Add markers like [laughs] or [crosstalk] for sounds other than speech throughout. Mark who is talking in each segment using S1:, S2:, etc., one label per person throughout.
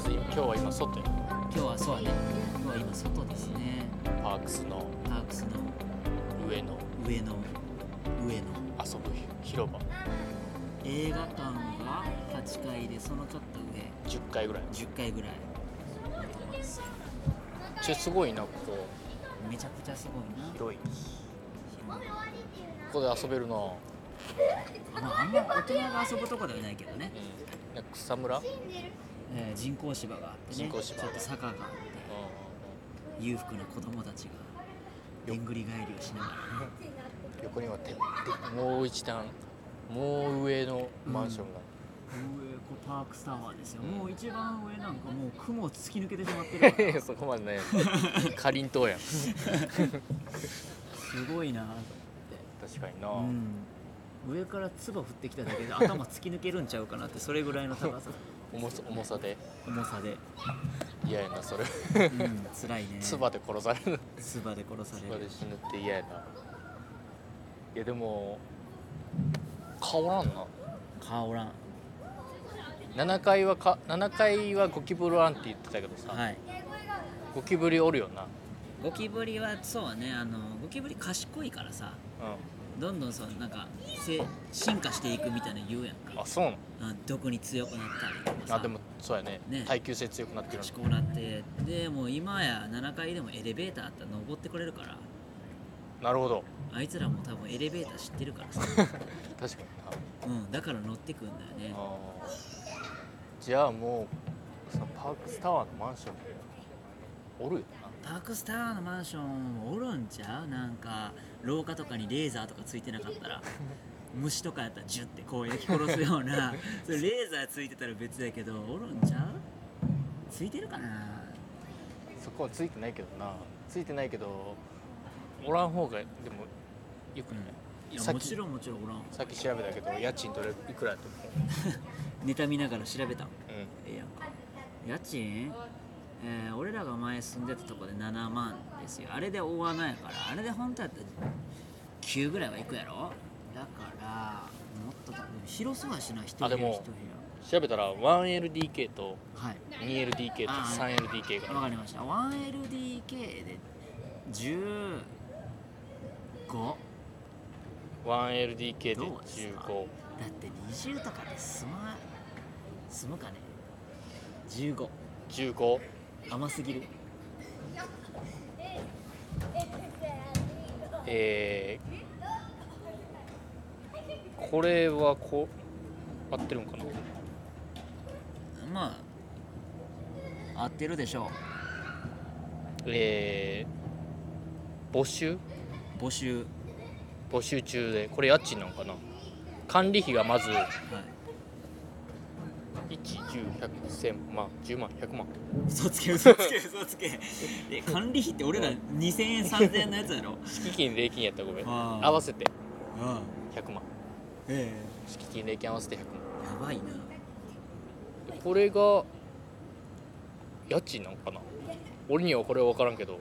S1: ず今今日は今外や
S2: 今日はそうだね今日は今外ですね
S1: パークスの
S2: パークスの
S1: 上の
S2: 上の上の
S1: 遊ぶ広場
S2: 映画館が8階でそのちょっと上
S1: 10階ぐらい
S2: 10階ぐらいのところですよ
S1: めっちゃすごいなここ
S2: めちゃくちゃすごいな
S1: 広い
S2: 広い
S1: ここで遊べるな、うん、
S2: まああんま大人が遊ぶとこではないけどね、
S1: なんか草むら、うんうん
S2: えー人工芝があってね
S1: 人工芝
S2: ちょっと坂があって裕福な子供たちがでんぐり返りをしながらね
S1: うん、横にはててもう一段もう上のマンションが、
S2: 上こうパークスタワーですよ、
S1: うん
S2: もう一番上なんかもう雲を突き抜けてしまってるから
S1: [laughs] そこまでねかりんとうやん
S2: すごいなと
S1: 確かにな、
S2: 思って、うん、上から唾降ってきただけで頭突き抜けるんちゃうかなってそれぐらいの高
S1: [laughs]
S2: さ
S1: 重さ重さで
S2: 重さで、
S1: 嫌やなそれ
S2: うん、辛いね
S1: 唾で殺される
S2: 唾で殺され
S1: 唾
S2: る
S1: で死ぬって嫌やないやでも変わ
S2: 香らん
S1: らんな7階はか7階はゴキブリおらんって言ってたけどさ、
S2: はい
S1: ゴキブリおるよな
S2: ゴキブリはそうねあのゴキブリ賢いからさどんどんそうなんかせ進化していくみたいなの言うやん
S1: う
S2: か
S1: んあそうな
S2: あどこに強くなったりとかさ
S1: のあでもそうやね
S2: ね
S1: 耐久性強くなってるの
S2: 賢くなってでもう今や7階でもエレベーターあったら登ってこれるから
S1: なるほど
S2: あいつらも多分エレベーター知ってる
S1: [laughs]
S2: からさ、
S1: 確かにな
S2: うん、だから乗ってくんだよね
S1: あーじゃあもうそのパークスタワーのマンションおるよ
S2: パークスタワーのマンションおるんちゃうなんか廊下とかにレーザーとかついてなかったら虫とかやったらジュッてこう焼き殺すよう
S1: [laughs]
S2: なそれレーザーついてたら別やけどおるんちゃうついてるかな
S1: なそこはついてないけどなついてないけどおらん方がでもよくない、
S2: いや
S1: さっ
S2: も
S1: き
S2: ちろんもちろんおらん
S1: さっき調べたけど家賃どれいくらやと
S2: 妬みながら調べたん
S1: 思う、
S2: ええやんか家賃えー、俺らが前住んでたとこで7万ですよあれで大穴やからあれで本当やったら9ぐらいはいくやろだからもっとだでも広そうやしな一部屋
S1: あでも
S2: 一部
S1: うん、調べたら 1LDK と
S2: 屋はい
S1: 2LDK と
S2: あー
S1: 3LDK
S2: わ
S1: が
S2: かりました 1LDK で15
S1: 1LDK で
S2: どうです
S1: 15
S2: かだって20とかで住ま住むかね15
S1: 15
S2: 甘すぎる
S1: えー、これはこう合ってるんかな
S2: まあ合ってるでしょ
S1: えー、募集
S2: う募集
S1: 募集中でこれ家賃なんかな管理費がまず
S2: はい
S1: 1101000万10万100万
S2: 嘘つけ嘘つけ嘘つけ [laughs] え管理費って俺ら2000円3000円のやつ [laughs] やろ
S1: 敷金礼金やったらごめん
S2: あー
S1: 合わせて
S2: うん
S1: 100万
S2: え
S1: 敷金礼金合わせて100万
S2: えやばいな
S1: でこれが家賃なんかな俺にはこれは分からんけど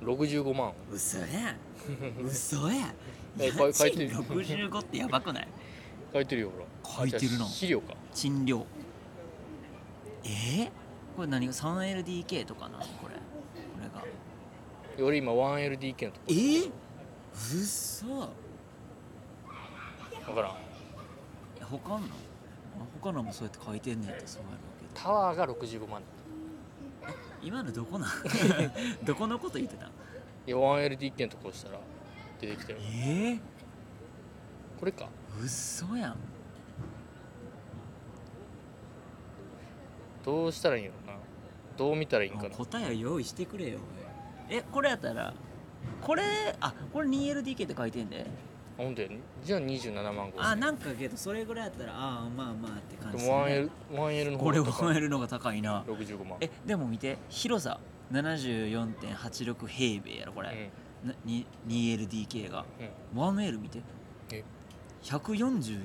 S1: 65万
S2: うん嘘や [laughs] 嘘や
S1: え
S2: 家
S1: これ書いて
S2: 賃
S1: る
S2: 65ってやばくない
S1: 書いてるよほら
S2: 書いてるな
S1: じゃあ資料か
S2: 賃料ええこれ何が 3LDK とかなのこれこれが
S1: 俺今 1LDK のと
S2: えー、嘘
S1: こ分からん
S2: え他の他のもそうやって書いてんねんってそうやろうけど
S1: タワーが65万
S2: 今のどこなん
S1: [laughs]
S2: どこのこと言ってたん
S1: いや 1LDK のとこ押したら出てきたよ
S2: ええ
S1: これか
S2: 嘘やん
S1: どうしたらいいんやろなどう見たらいいんかな
S2: 答えを用意してくれよおいえこれやったらこれあこれ 2LDK って書いてんで
S1: あほんとやねじゃあ27万5
S2: あなんかけどそれぐらいやったらああまあまあって感
S1: で
S2: じ
S1: も 1L, 1L の
S2: これ
S1: 方
S2: を超
S1: が高
S2: え
S1: い
S2: るのが高いな
S1: 65万
S2: えでも見て広さ74.86平米やろこ
S1: う
S2: れ、
S1: ん
S2: なに 2LDK が
S1: うん
S2: 1L 見て
S1: え
S2: 144.45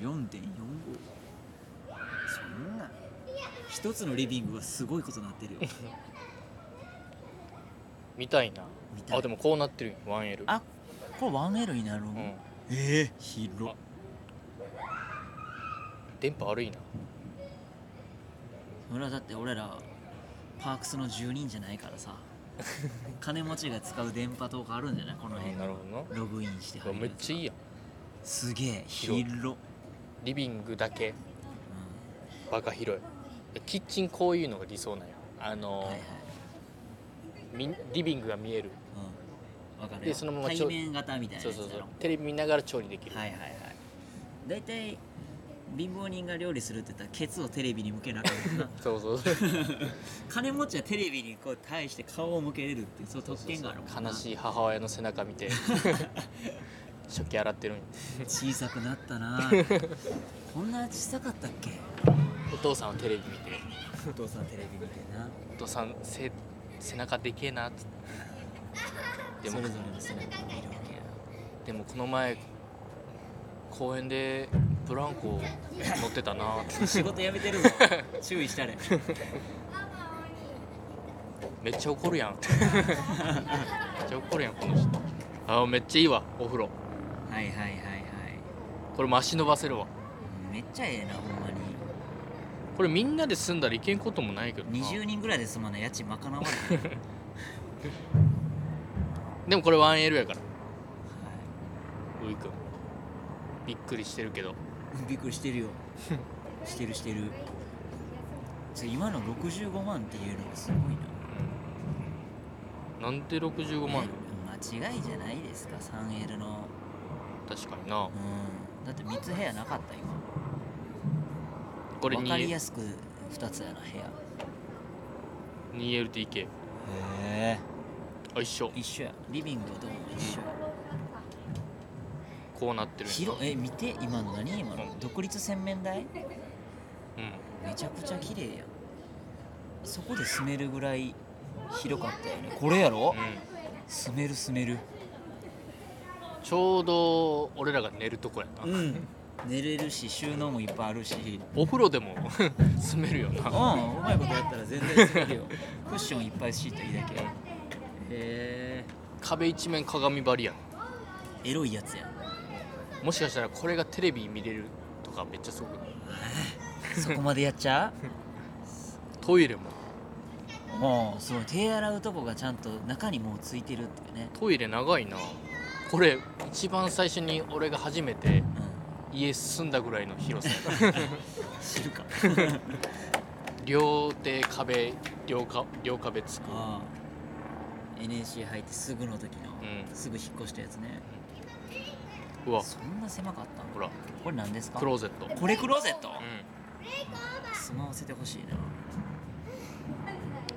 S2: そんな一つのリビングがすごいことになってるよ
S1: 見たいな
S2: 見たい
S1: あでもこうなってるよ 1L
S2: あこれ 1L になるの、
S1: うん
S2: ええ広っ
S1: 電波悪いな
S2: 俺はだって俺らパークスの住人じゃないからさ金持ちが使う電波塔があるんじゃないこの辺
S1: あなるほどな
S2: ログインして入る
S1: め
S2: や
S1: っ
S2: つ
S1: ちゃいいやん
S2: すげえ
S1: 広い
S2: 広っ、
S1: リビングだけ
S2: う
S1: バカ広いキッチンこういうのが理想なんやあ
S2: ん、
S1: の、
S2: はいはい
S1: みリビングが見える
S2: うんわかる
S1: で
S2: よ
S1: そのままち
S2: 対
S1: ょ
S2: 面型みたいな
S1: そう
S2: やつだ
S1: そ
S2: ろ
S1: うそうテレビ見ながら調理できる、
S2: はいはいはい大体貧乏人が料理するって言ったらケツをテレビに向けなあかった [laughs] な
S1: そうそうそう
S2: 金持ちはテレビにこう対して顔を向けれるっていうそういう特権があるもんな
S1: 悲しい母親の背中
S2: [laughs]
S1: 見て食器洗ってるんや
S2: 小さくなった [laughs] なこんな小さかったっけ
S1: お父さんはテレビ見て
S2: お父さんテレビ見てな
S1: お父さん背背中でけえなっつってで
S2: そ
S1: も
S2: れぞれの背中がいるわけや
S1: でもこの前公園でブランコ乗ってたなって
S2: 仕事辞めて [laughs] るぞ注意したれ
S1: めっちゃ怒るやんめっちゃ怒るやんこの人あめっちゃいいわお風呂
S2: はいはいはいはい
S1: これも足伸ばせるわ
S2: めっちゃええなほんまに
S1: これみんなで住んだらいけんこともないけどな
S2: 20人ぐらいで済まない家賃賄 [laughs] われてる、はい、
S1: でもこれ 1L やからウイ君びっくりしてるけど
S2: びっくりしてる
S1: [laughs]
S2: よしてるしてるちょ今の65万っていうのがすごいな
S1: なんで65万
S2: え間違いじゃないですか 3L の
S1: 確かにな
S2: うんだって3つ部屋なかった今
S1: これ
S2: 分かり
S1: 2L
S2: やすく2つやな部屋
S1: 2LDK
S2: へえ
S1: あ一緒
S2: 一緒やリビングとも一緒や
S1: こうなってるんやな
S2: 広え見て今の何今の
S1: うん
S2: 独立洗面台
S1: うん
S2: めちゃくちゃ綺麗やんそこで住めるぐらい広かったよねこれやろ、
S1: う
S2: 住める住める
S1: ん、ちょうど俺らが寝るとこやな、
S2: うん寝れるし収納もいっぱいあるし
S1: お風呂でも [laughs] 住めるよ
S2: う
S1: なん
S2: うまいことやったら全然住めるよ [laughs] クッションいっぱい敷いたらいいだけへえ
S1: 壁一面鏡張りやん
S2: エロいやつや
S1: もしかしたらこれがテレビ見れるとかめっちゃすごくない
S2: そこまでやっちゃ
S1: トイレも
S2: うもうそう手洗うとこがちゃんと中にもうついてるっていうね
S1: トイレ長いなこれ一番最初に俺が初めて
S2: うん
S1: 家住んだぐらいの広さやな
S2: 知るか [laughs]
S1: 両手壁両か両壁つく
S2: ああ NSC 入ってすぐの時の、
S1: うん
S2: すぐ引っ越したやつね
S1: うわ
S2: そんな狭かったん
S1: ほら
S2: これ何ですか
S1: クローゼット
S2: これクローゼット、
S1: う
S2: 住まわせてほしいなん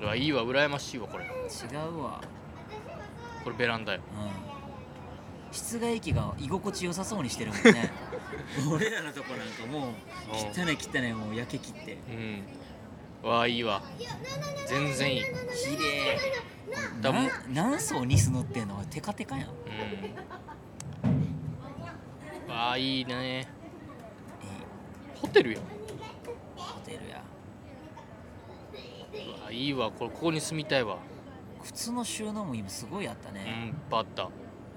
S1: うわいいわ羨ましいわこれ
S2: 違うわ
S1: これベランダよ
S2: うん室外機が居心地よさそうにしてるもんね [laughs] 俺らのとこなんかもう
S1: う
S2: 汚い汚いもう焼け切って
S1: うんうわいいわ全然いい、うん、
S2: 綺麗
S1: だもん
S2: な何層ニス乗ってんのテカテカやん、え
S1: うわいい
S2: え
S1: ねホテルやん
S2: ホテルや
S1: うわいいわこれここに住みたいわ
S2: 靴の収納も今すごいあった
S1: う
S2: ね、
S1: んいっぱいあった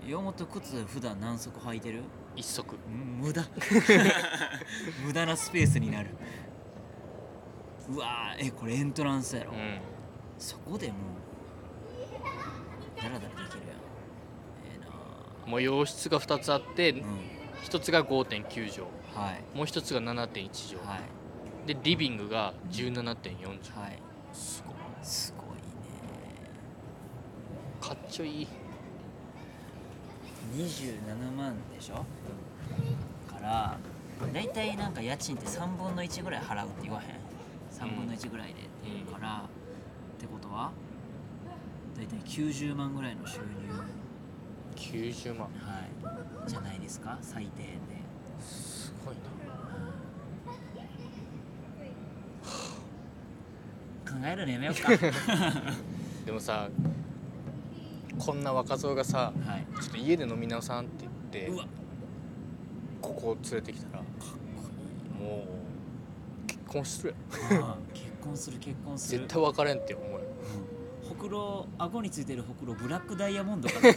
S2: 岩本靴普段何足履いてる
S1: 一足
S2: うん [laughs] 無駄無駄なスペースになるうわーえこれエントランスやろ、
S1: うん
S2: そこでもうダラダラできるやんええな
S1: もう洋室が2つあっ
S2: あ
S1: て
S2: うん
S1: 1つが5.9畳
S2: はい
S1: もう1つが7.1畳
S2: はい
S1: でリビングが17.4畳
S2: はい
S1: すごい
S2: すごい
S1: かっちょいい
S2: ね27万でしょから大体なんか家賃って3分の1ぐらい払うって言わへん3分の1ぐらいでって言うから、ってことは大体90万ぐらいの収入
S1: 90万
S2: はいじゃないですか最低で、
S1: すごいな
S2: 考えるのやめ
S1: [laughs]
S2: ようかは
S1: でもさこんな若造がさ
S2: い
S1: ちょっと家で飲みなさんって言
S2: う
S1: って
S2: わ
S1: ここを連れてきたらもう結婚するやん
S2: 結婚する結婚する
S1: 絶対別れんって思うよ
S2: うんほくろ顎についてるほくろブラックダイヤモンドかなつ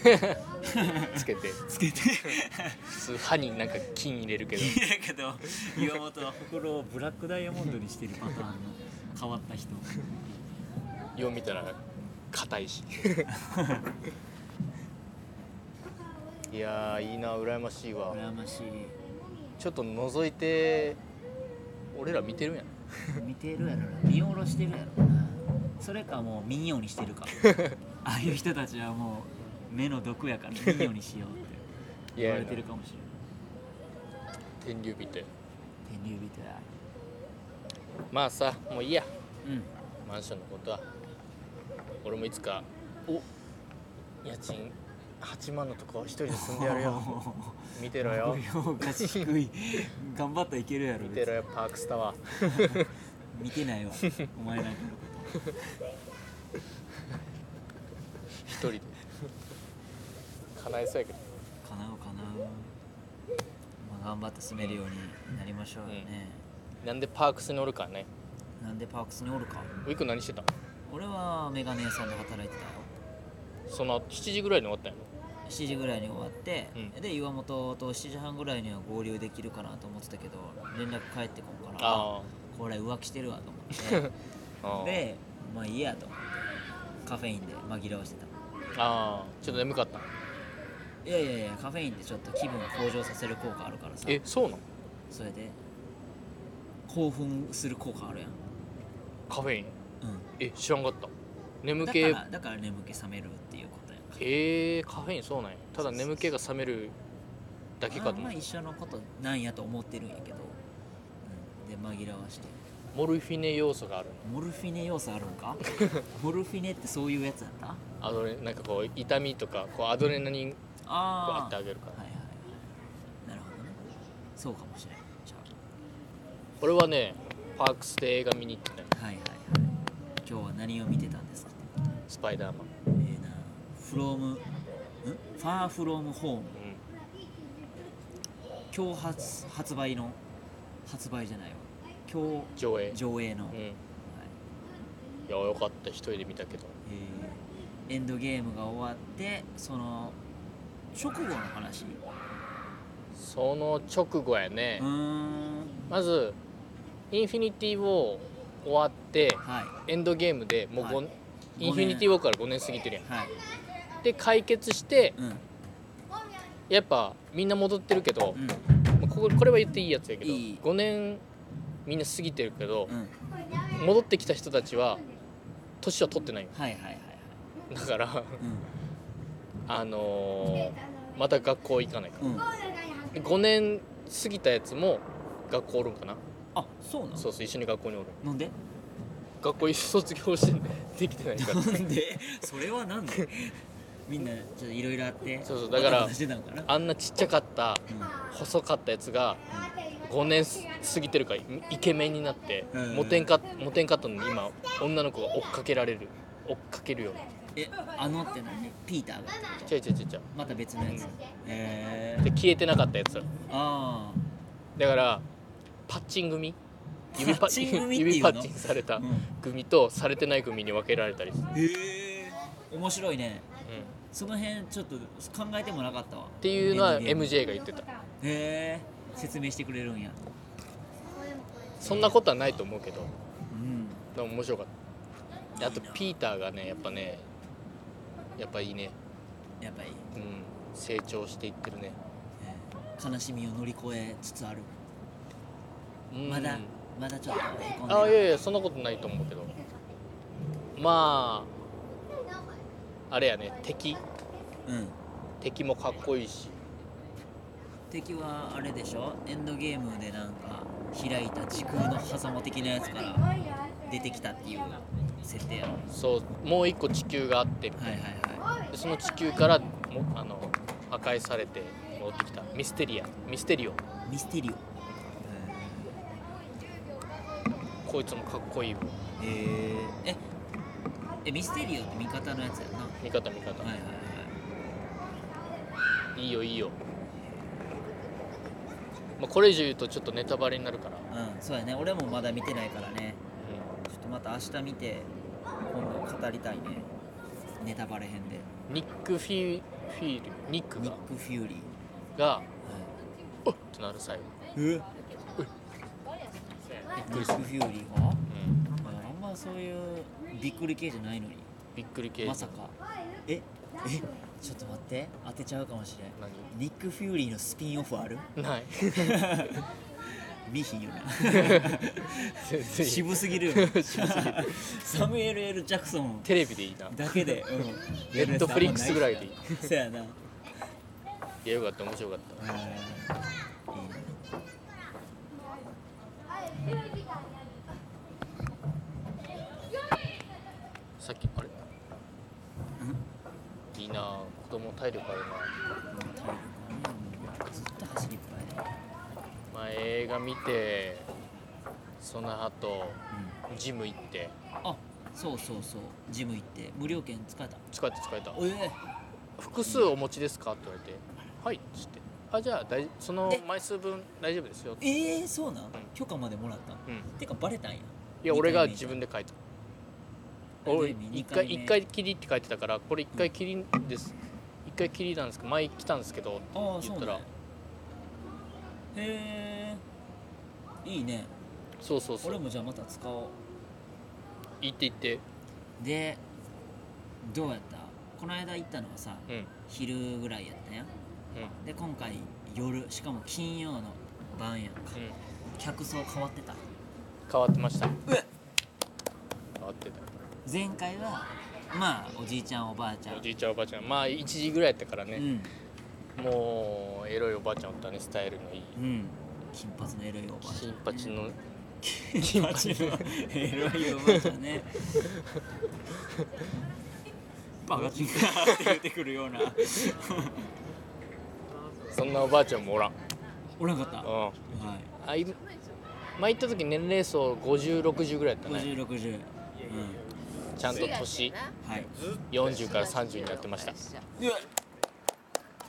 S1: つけて
S2: けて
S1: 普通歯になんか金入れるけど
S2: だけど岩本はほくろをブラックダイヤモンドにしてるパターンの変わった人
S1: よう見たら硬
S2: [laughs]
S1: いしいやーいいな羨ましいわ
S2: 羨ましい
S1: ちょっと覗いて俺ら見てるやん
S2: 見てるやろな見下ろしてるやろなそれかもう民謡にしてるかああいう人たちはもう目の毒やから民謡にしようって言われてるかもしれ
S1: 天竜見
S2: な
S1: て
S2: い天竜人や
S1: まあさもういいや
S2: うん
S1: マンションのことは俺もいつかお家賃8万のとこ一人で住んでやるよ
S2: [laughs]
S1: 見てろよ
S2: 目標が低い頑張ったらいけるやろ
S1: 見てろよパークスタワー
S2: 見てないわお前なんかのこ
S1: 一人で叶えそうやけど
S2: と叶うかなまあ頑張って住めるようになりましょうよね、
S1: なんでパークスにおるかね
S2: なんでパークスにおるか
S1: ウィーク何してたの
S2: 俺はメガネ屋さんで働いてたよ
S1: その7時ぐらいに終わったんや
S2: 7時ぐらいに終わって、
S1: うん
S2: で岩本と7時半ぐらいには合流できるかなと思ってたけど連絡返ってこんから
S1: あ
S2: これ浮気してるわと
S1: [laughs]
S2: 思って
S1: ろで
S2: でまあいいやと思ってカフェインで紛らわしてた
S1: ああちょっと眠かった
S2: いやいやいやカフェインってちょっと気分を向上させる効果あるからさ
S1: えそうなの
S2: それで興奮する効果あるやん、
S1: カフェイン
S2: う
S1: え知らんかった
S2: ん、
S1: 眠
S2: だ
S1: 気
S2: か
S1: へ
S2: らだから眠気覚めるっていうことやん
S1: えー、カフェインそうなんやただ眠気が覚めるだけ
S2: あ
S1: かと
S2: ん
S1: 思
S2: ま
S1: った
S2: 一緒のことなんやと思ってるんやけど、うん、で紛らわして
S1: モルフィネ要素があるの
S2: モルフィネ要素あるん
S1: [laughs]
S2: かモルフィネってそういうやつやったあ
S1: アドレなんかこう痛みとかこうアドレナリンバ
S2: あ
S1: ーっ
S2: ー
S1: てあげるか
S2: は
S1: ら
S2: いはいはいなるほどねそうかもしれんじゃ
S1: 俺はねパークスで映画見に行ってね
S2: あはいはいはい今日は何を見てたんですか
S1: スパイダーマン
S2: ええなフロームんファーフロームホーム
S1: う
S2: 今日発発売の発売じゃないわ今
S1: ん上映
S2: 日上映の、
S1: うん
S2: はい
S1: いやよかった一人で見たけど
S2: えーエンドゲームが終わってその直後の話
S1: その直後やね、
S2: うーん
S1: まずインフィニティ・ウォー終わって
S2: はい
S1: エンドゲームでもうご、
S2: はい
S1: インフィニティ・ウォーから5年過ぎてるやん
S2: はい
S1: で解決して
S2: うん
S1: やっぱみんな戻ってるけど、
S2: うん
S1: まあこここれは言っていいやつやけど
S2: いい
S1: 5年みんな過ぎてるけど
S2: う、ん
S1: 戻ってきた人たちは年は取ってないよ
S2: はいはいはいはい
S1: だから [laughs]
S2: う
S1: あのーまた学校行かないから
S2: んうん
S1: で5年過ぎたやつも学校おるんかな
S2: あそうなの
S1: そうそう一緒に学校におる
S2: なんで
S1: 学校一緒卒業してできてな
S2: [laughs]
S1: いか
S2: な
S1: ら
S2: んでそれはなんでみんなちょっといろいろあって
S1: そうそうだから
S2: 話してたのかな
S1: あんなちっちゃかった
S2: う
S1: 細かったやつが5年す過ぎてるからイイケメンになって
S2: うん
S1: モテんかモテんかったのに今女の子が追っかけられる追っかけるように
S2: んえあのって何ピーターが
S1: ちゃいちゃいちゃいちゃい
S2: また別のやつ
S1: うん
S2: え
S1: で消えてなかったやつら
S2: あ
S1: だからパッチン組指パ
S2: パッチン組っていうの
S1: 指パッチンされ
S2: あ
S1: た
S2: うん
S1: 組とされてない組に分けられたりする、
S2: へえ面白いね
S1: うんっ
S2: その辺ちょっと考えてもなかったわ
S1: ていうのは
S2: エンドゲーム
S1: MJ が言ってた
S2: へえ説明してくれるんや
S1: そんなことはないと思うけど
S2: うん
S1: でも面白かったであとピーターがねやっぱねやっぱいいね
S2: やっぱり、
S1: うん成長していってるね
S2: えー悲しみを乗り越えつつある
S1: うん
S2: まだまだちょっとへこんでる
S1: あいやいやそんなことないと思うけどまああれやね敵
S2: うん
S1: 敵もかっこいいし
S2: 敵はあれでしょエンドゲームでなんか開いた時空の狭間的なやつから出てきたっていう設定やろは
S1: そうもう一個地球があって
S2: いはいは
S1: でその地球からもあの破壊されて戻ってきたミステリアミステリオ
S2: いミステリオへ
S1: こいつもかっこいいわ
S2: えええミステリオって味方のやつやんなは
S1: 味方味方
S2: いはいはい
S1: いいよいいよ、まあ、これ以上言うとちょっとネタバレになるから、
S2: うんそうやね俺もまだ見てないからね
S1: う
S2: ちょっとまた明日見て今度語りたいねネタバレ編で
S1: んニック・フィーフィールニック
S2: ニッ
S1: が
S2: ク・フューリー
S1: がおっとなる最後、
S2: えニッ
S1: びっく
S2: ク・フ
S1: りす
S2: ューリーが
S1: うん、
S2: あはそういうびっくり系じゃないのに
S1: びっくり系
S2: まさかええちょっと待って当てちゃうかもしれん
S1: 何
S2: ニック・フューリーのスピンオフある
S1: ない
S2: 見ひんよな
S1: 全然い
S2: [laughs] [laughs]
S1: い
S2: 渋すぎるよなサムエル・ L ・ジャクソン
S1: テレビでいいな
S2: だけで、うん、
S1: ネットフリックスぐらいでいい
S2: そやな、うん
S1: いやよかった面白かったさっきあれいいな子供体力あるな
S2: ずっと走りっぱい
S1: まあ映画見てその後ジム行って
S2: あそうそうそうジム行って無料券使えた
S1: 使えた使えた
S2: おえ
S1: 複数お持ちですか?」って言われて「はい」っつって「あじゃあ大その
S2: え
S1: 枚数分大丈夫ですよ」
S2: えー、そうなん許可までもらったん
S1: うん、
S2: てかバレたんや
S1: いや俺が自分で書いた俺一
S2: 二
S1: 回
S2: 回目
S1: 一回きりって書いてたからこれ一回きりです一回きりなんですけど前来たんですけどって
S2: ああ
S1: 言
S2: そ
S1: っ
S2: う
S1: た
S2: なん
S1: ら
S2: やへえいいね
S1: そうそうそ
S2: 俺
S1: う
S2: もじゃあまた使お
S1: 行って行って
S2: うでどうやったこの間行ったのはさ
S1: うん
S2: 昼ぐらいやったやん
S1: うん
S2: で今回夜しかも金曜の晩やんか
S1: うん
S2: 客層変わってた
S1: 変わってました変わってた
S2: 前回はまあおじいちゃんおばあちゃん
S1: おじいちゃんおばあちゃんまあ1時ぐらいやったから
S2: う
S1: ね、
S2: ん
S1: もうエロいおばあちゃんおったねスタイルのいい
S2: うん金髪のエロいおばあちゃん
S1: 金髪の
S2: 金髪のエロいおばあちゃんねバカチンカーって言ってくるような
S1: そんなおばあちゃんもおらん、
S2: おらんかった
S1: う
S2: は
S1: ん、あい前行った時年齢層5060ぐらいやっ
S2: い
S1: たね
S2: 5060
S1: ちゃんと年
S2: うんはい
S1: 40から30になってました
S2: うわ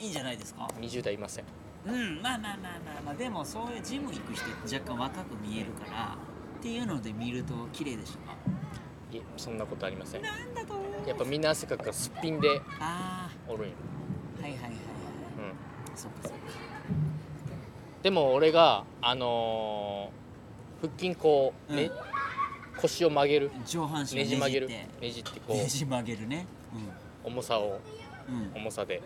S2: いいんじゃないですか
S1: 20代いません
S2: うんまあまあまあまあまあでもそういうジム行く人って若干若く見えるからっていうので見ると綺麗でしたか
S1: いえそんなことありませんや
S2: なんだと
S1: っぱみんな汗かくからすっぴんで
S2: あ
S1: おるんよ、
S2: あはいはいはいはい
S1: うん、
S2: そっかそっか
S1: でも俺があのー腹筋こう、ね
S2: うん
S1: 腰を曲げる
S2: 上半身を
S1: ね
S2: ね
S1: じ
S2: じ曲
S1: 曲げ
S2: げる
S1: るねじってこ
S2: ね
S1: う
S2: じ曲げるね
S1: 重さを
S2: うんうん
S1: 重さで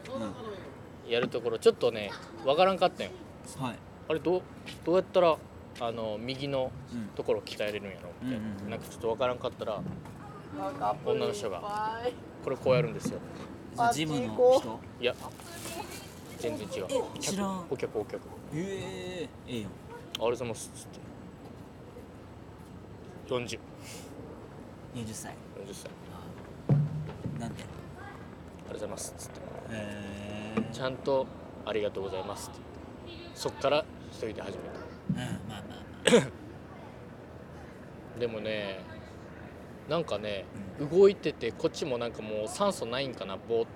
S2: うん
S1: やるところちょっとねわからんかったんよ
S2: はい
S1: あれどうどうやったらあの右の
S2: うん
S1: ところを鍛えれるんやろみたいな,、
S2: うんうんうん
S1: なんかちょっとわからんかったら
S3: 女の人が
S1: これこうやるんですよ
S2: それジムの人
S1: いや全然違う
S2: え知らん
S1: お客お客
S2: ええええよ
S1: あれざいますつって4040
S2: 20歳
S1: 歳
S2: なんて
S1: ありがとうございますつって
S2: ええ
S1: ちゃんとありがとうございますって言ってそっから一人で始め
S2: うんまあまあま
S1: たでもねなんかね動いててこっちもなんかもう酸素ないんかなぼーっも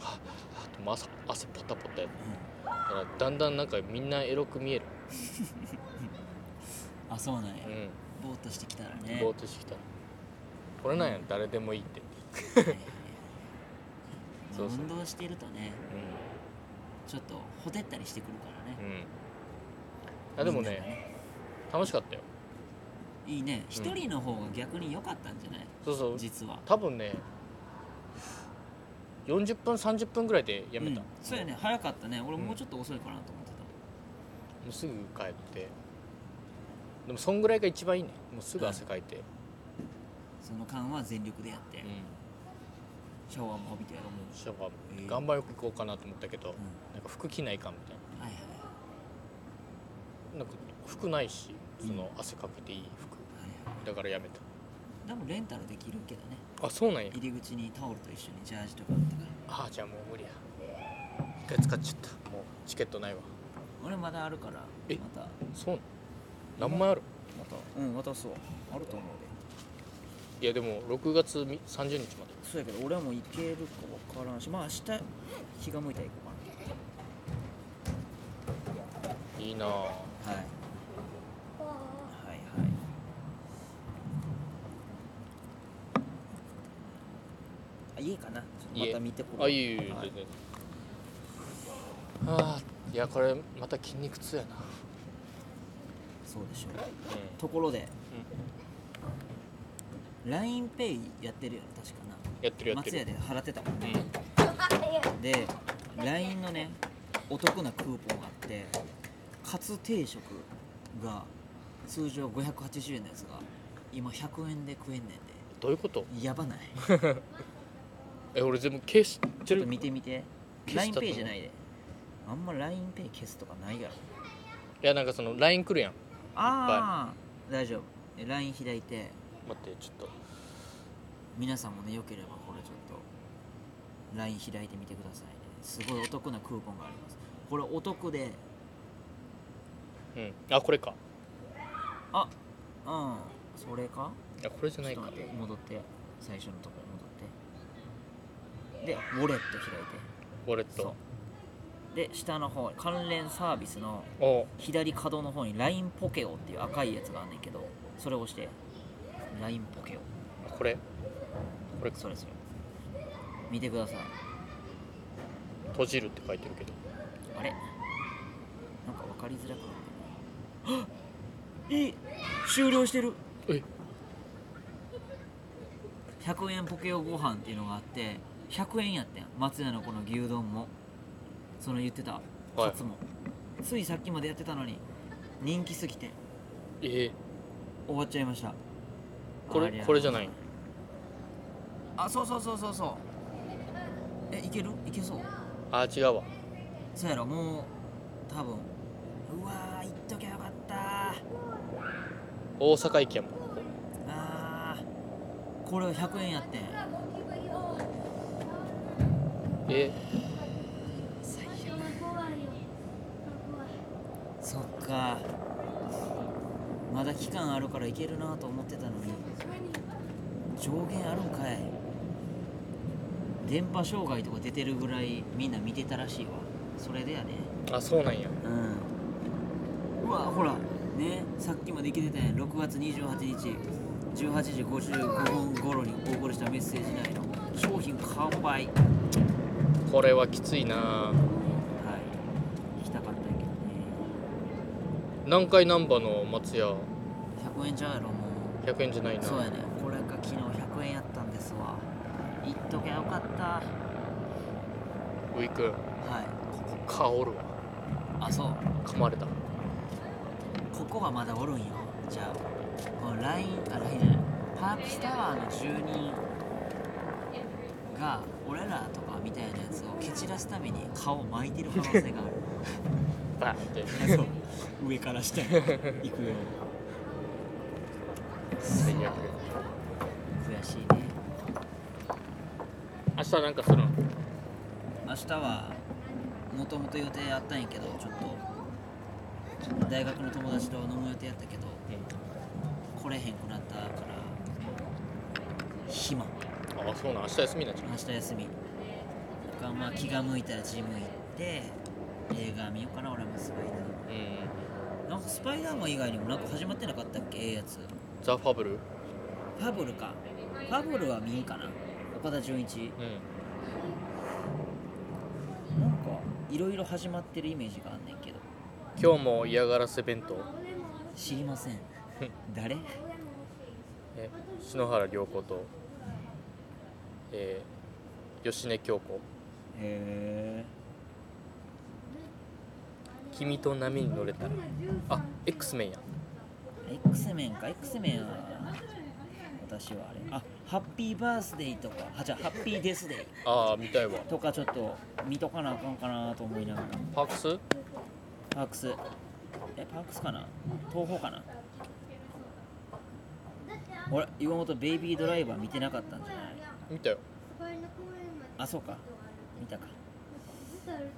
S1: うはっはっともう汗汗ポタポタやった
S2: あ
S1: からだんだんなんかみんなエロく見える
S2: うんあそうなんや
S1: うん
S2: ぼーっとしてきたらね
S1: ぼーっとしてきたこれなんや誰でもいいって
S2: まあ
S1: そうそう
S2: 運動してるとね
S1: う
S2: ちょっとほてったりしてくるからね
S1: んうんあでも
S2: みんなが
S1: ね楽しかったよ
S2: いいね一人の方が逆に良かったんじゃない
S1: そうそう
S2: 実は
S1: 多分ね40分30分ぐらいでやめた、
S2: うん
S1: も
S2: そうやね早かったね俺
S1: ん
S2: もうちょっと遅いかなと思ってた
S1: うすぐ帰ってでもそんぐらいが一番いいねもうすぐ汗かいて、
S2: その間は全力でやって
S1: うん
S2: シャワーも浴びてやろう
S1: シャワー
S2: えー
S1: 岩盤浴行こうかなと思ったけど、
S2: ん
S1: なんか服着ないかんみたい
S2: はいはい
S1: ななんか服ないし
S2: うん
S1: その汗かけていい服
S2: は
S1: だからやめた
S2: いでもレンタルできるけどね
S1: あそうなんや
S2: 入り口にタオルと一緒にジャージとかあったから
S1: ああじゃあもう無理や一回使っちゃったもうチケットないわ
S2: 俺まだあるから
S1: え
S2: またま
S1: そうなん何枚ある
S2: たうん渡そうあると思う
S1: いやでも6月み30日まで
S2: そうやけど俺はもう行けるか分からんしまあ明日日が向いたら行こ
S1: いいなあ
S2: うかな、はい、はいはいあ家かなちょっとまた見てこ
S1: あいいよいいよ
S2: はい
S1: 全然あーいやこれまた筋肉痛やな
S2: そうでしょうところで、 LINEPay やってるよね確かな
S1: やってるやって
S2: 松屋
S1: る
S2: で払ってたもん
S1: う
S2: ね、
S1: ん
S2: で LINE のねお得なクーポンがあってカツ定食が通常580円のやつが今100円で食えんねん
S1: どういうこと
S2: でやばない
S1: え俺全部消して
S2: ちょっ
S1: る
S2: と見てみて
S1: 消したと
S2: LINEPay じゃないであんま LINEPay 消すとかないやろ
S1: いやなんかその LINE 来るやん
S2: ああ大丈夫え LINE 開いて
S1: 待ってちょっと
S2: 皆さんもねよければこれちょっと LINE 開いてみてくださいねすごいお得なクーポンがありますこれお得で
S1: うんあこれか
S2: あうんそれか
S1: いやこれじゃない
S2: ちょっ
S1: か
S2: と待って戻って最初のところに戻ってでウォレット開い
S1: ウォレッ
S2: てそ
S1: ト
S2: うで下の方関連サービスの
S1: おう
S2: 左角の方に LINE ポケオっていう赤いやつがあんねんけどそれを押して LINE ポケオ
S1: あこれこれ
S2: それそれ見てください
S1: 閉じるって書いてるけど
S2: あれなんか分かりづらくなってるはっえ終了してる
S1: え
S2: 100円ポケオご飯っていうのがあって100円やってん松屋のこの牛丼もその言ってた
S1: はい
S2: カツも、ついさっきまでやってたのに人気すぎて
S1: ええ
S2: 終わっちゃいました
S1: これ
S2: ありゃ
S1: これじゃない
S2: あそうそうそうそうそうえいけるいけそう
S1: あ違うわ
S2: そうやろもう多分うわー行っときゃよかった
S1: 大阪駅やもんここ
S2: あーこれは100円やってん
S1: え
S2: 最悪そっかまだ期間あるからいけるなと思ってたのに上限あるんかい電波障害とか出てるぐらいみんな見てたらしいわそれでやね
S1: あそうなんや
S2: うんうわほらねさっきまで生きてたやん6月28日18時55分頃に応募したメッセージ内の商品完売
S1: これはきついな
S2: はい行きたかったけどね
S1: 南海難波の松屋
S2: 100円じゃうやろも
S1: 100円じゃないうな
S2: そうやねこれが昨日100円やったんですわ行っときゃよかったは
S1: ウィーク
S2: い
S1: ここ蚊おるわ
S2: あそう
S1: 噛まれた
S2: ここはまだおるんよじゃあこの LINE あ LINE じゃないパークスタワーの住人が俺らとかみたいなやつを蹴散らすために顔を巻いてる可能性が
S1: バーンって
S2: ある [laughs] そう上から下へ行くよ
S1: 最悪
S2: 悔しいね
S1: 明日なんかするの
S2: 明日はもともと予定あったんやけどちょっと大学の友達と飲む予定やったけど来れへんくなったから暇
S1: あそうなん明日休みになっちゃう
S2: 明日休みだからまあ気が向いたらジム行って映画見ようかな俺もスパイダ
S1: うん
S2: ーなんかスパイダーマン以外にもなんか始まってなかったっけええやつ
S1: ザ・ファブル
S2: ファブルかファブルは見んかな岡田准一
S1: う
S2: なんかいろいろ始まってるイメージがあんねんけど
S1: ん今日も嫌がらせ弁当
S2: 知りません誰
S1: え篠原涼子と、えー芳根京子
S2: へ
S1: 「君と波に乗れたら」あ X メンや
S2: え X メンか X メンは私はあれあハッピーバースデーとかあじゃあハッピーデスデ
S1: ああ見たいわ
S2: ーとかちょっと見とかなあかんかなと思いながら
S1: パークス
S2: パークスえパークスかな東宝かな俺岩本ベイビードライバー見てなかったんじゃない
S1: 見たよ
S2: あそうか見たか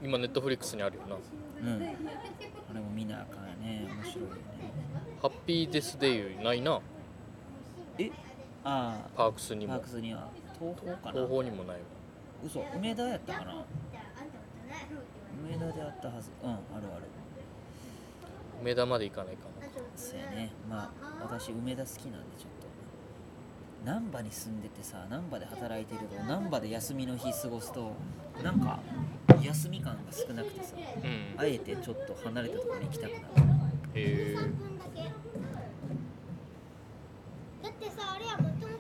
S1: 今ネットフリックスにあるよな
S2: うんあれも見なあかんよね面白いよね
S1: ハッピーデスデイユーないな
S2: えああ
S1: パークスに
S2: パー
S1: も
S2: クスには東宝かな
S1: 東宝にもないわ
S2: 嘘梅田やったかな梅田であったはずうんあるある
S1: 梅田まで行かないかな
S2: そうやねまあ私梅田好きなんでちょっと難波に住んでてさ難波で働いてると難波で休みの日過ごすとなんか休み感が少なくてさ
S1: うん
S2: あえてちょっと離れたところに行きたくなる
S1: へえ
S4: だってさあれやもともとさ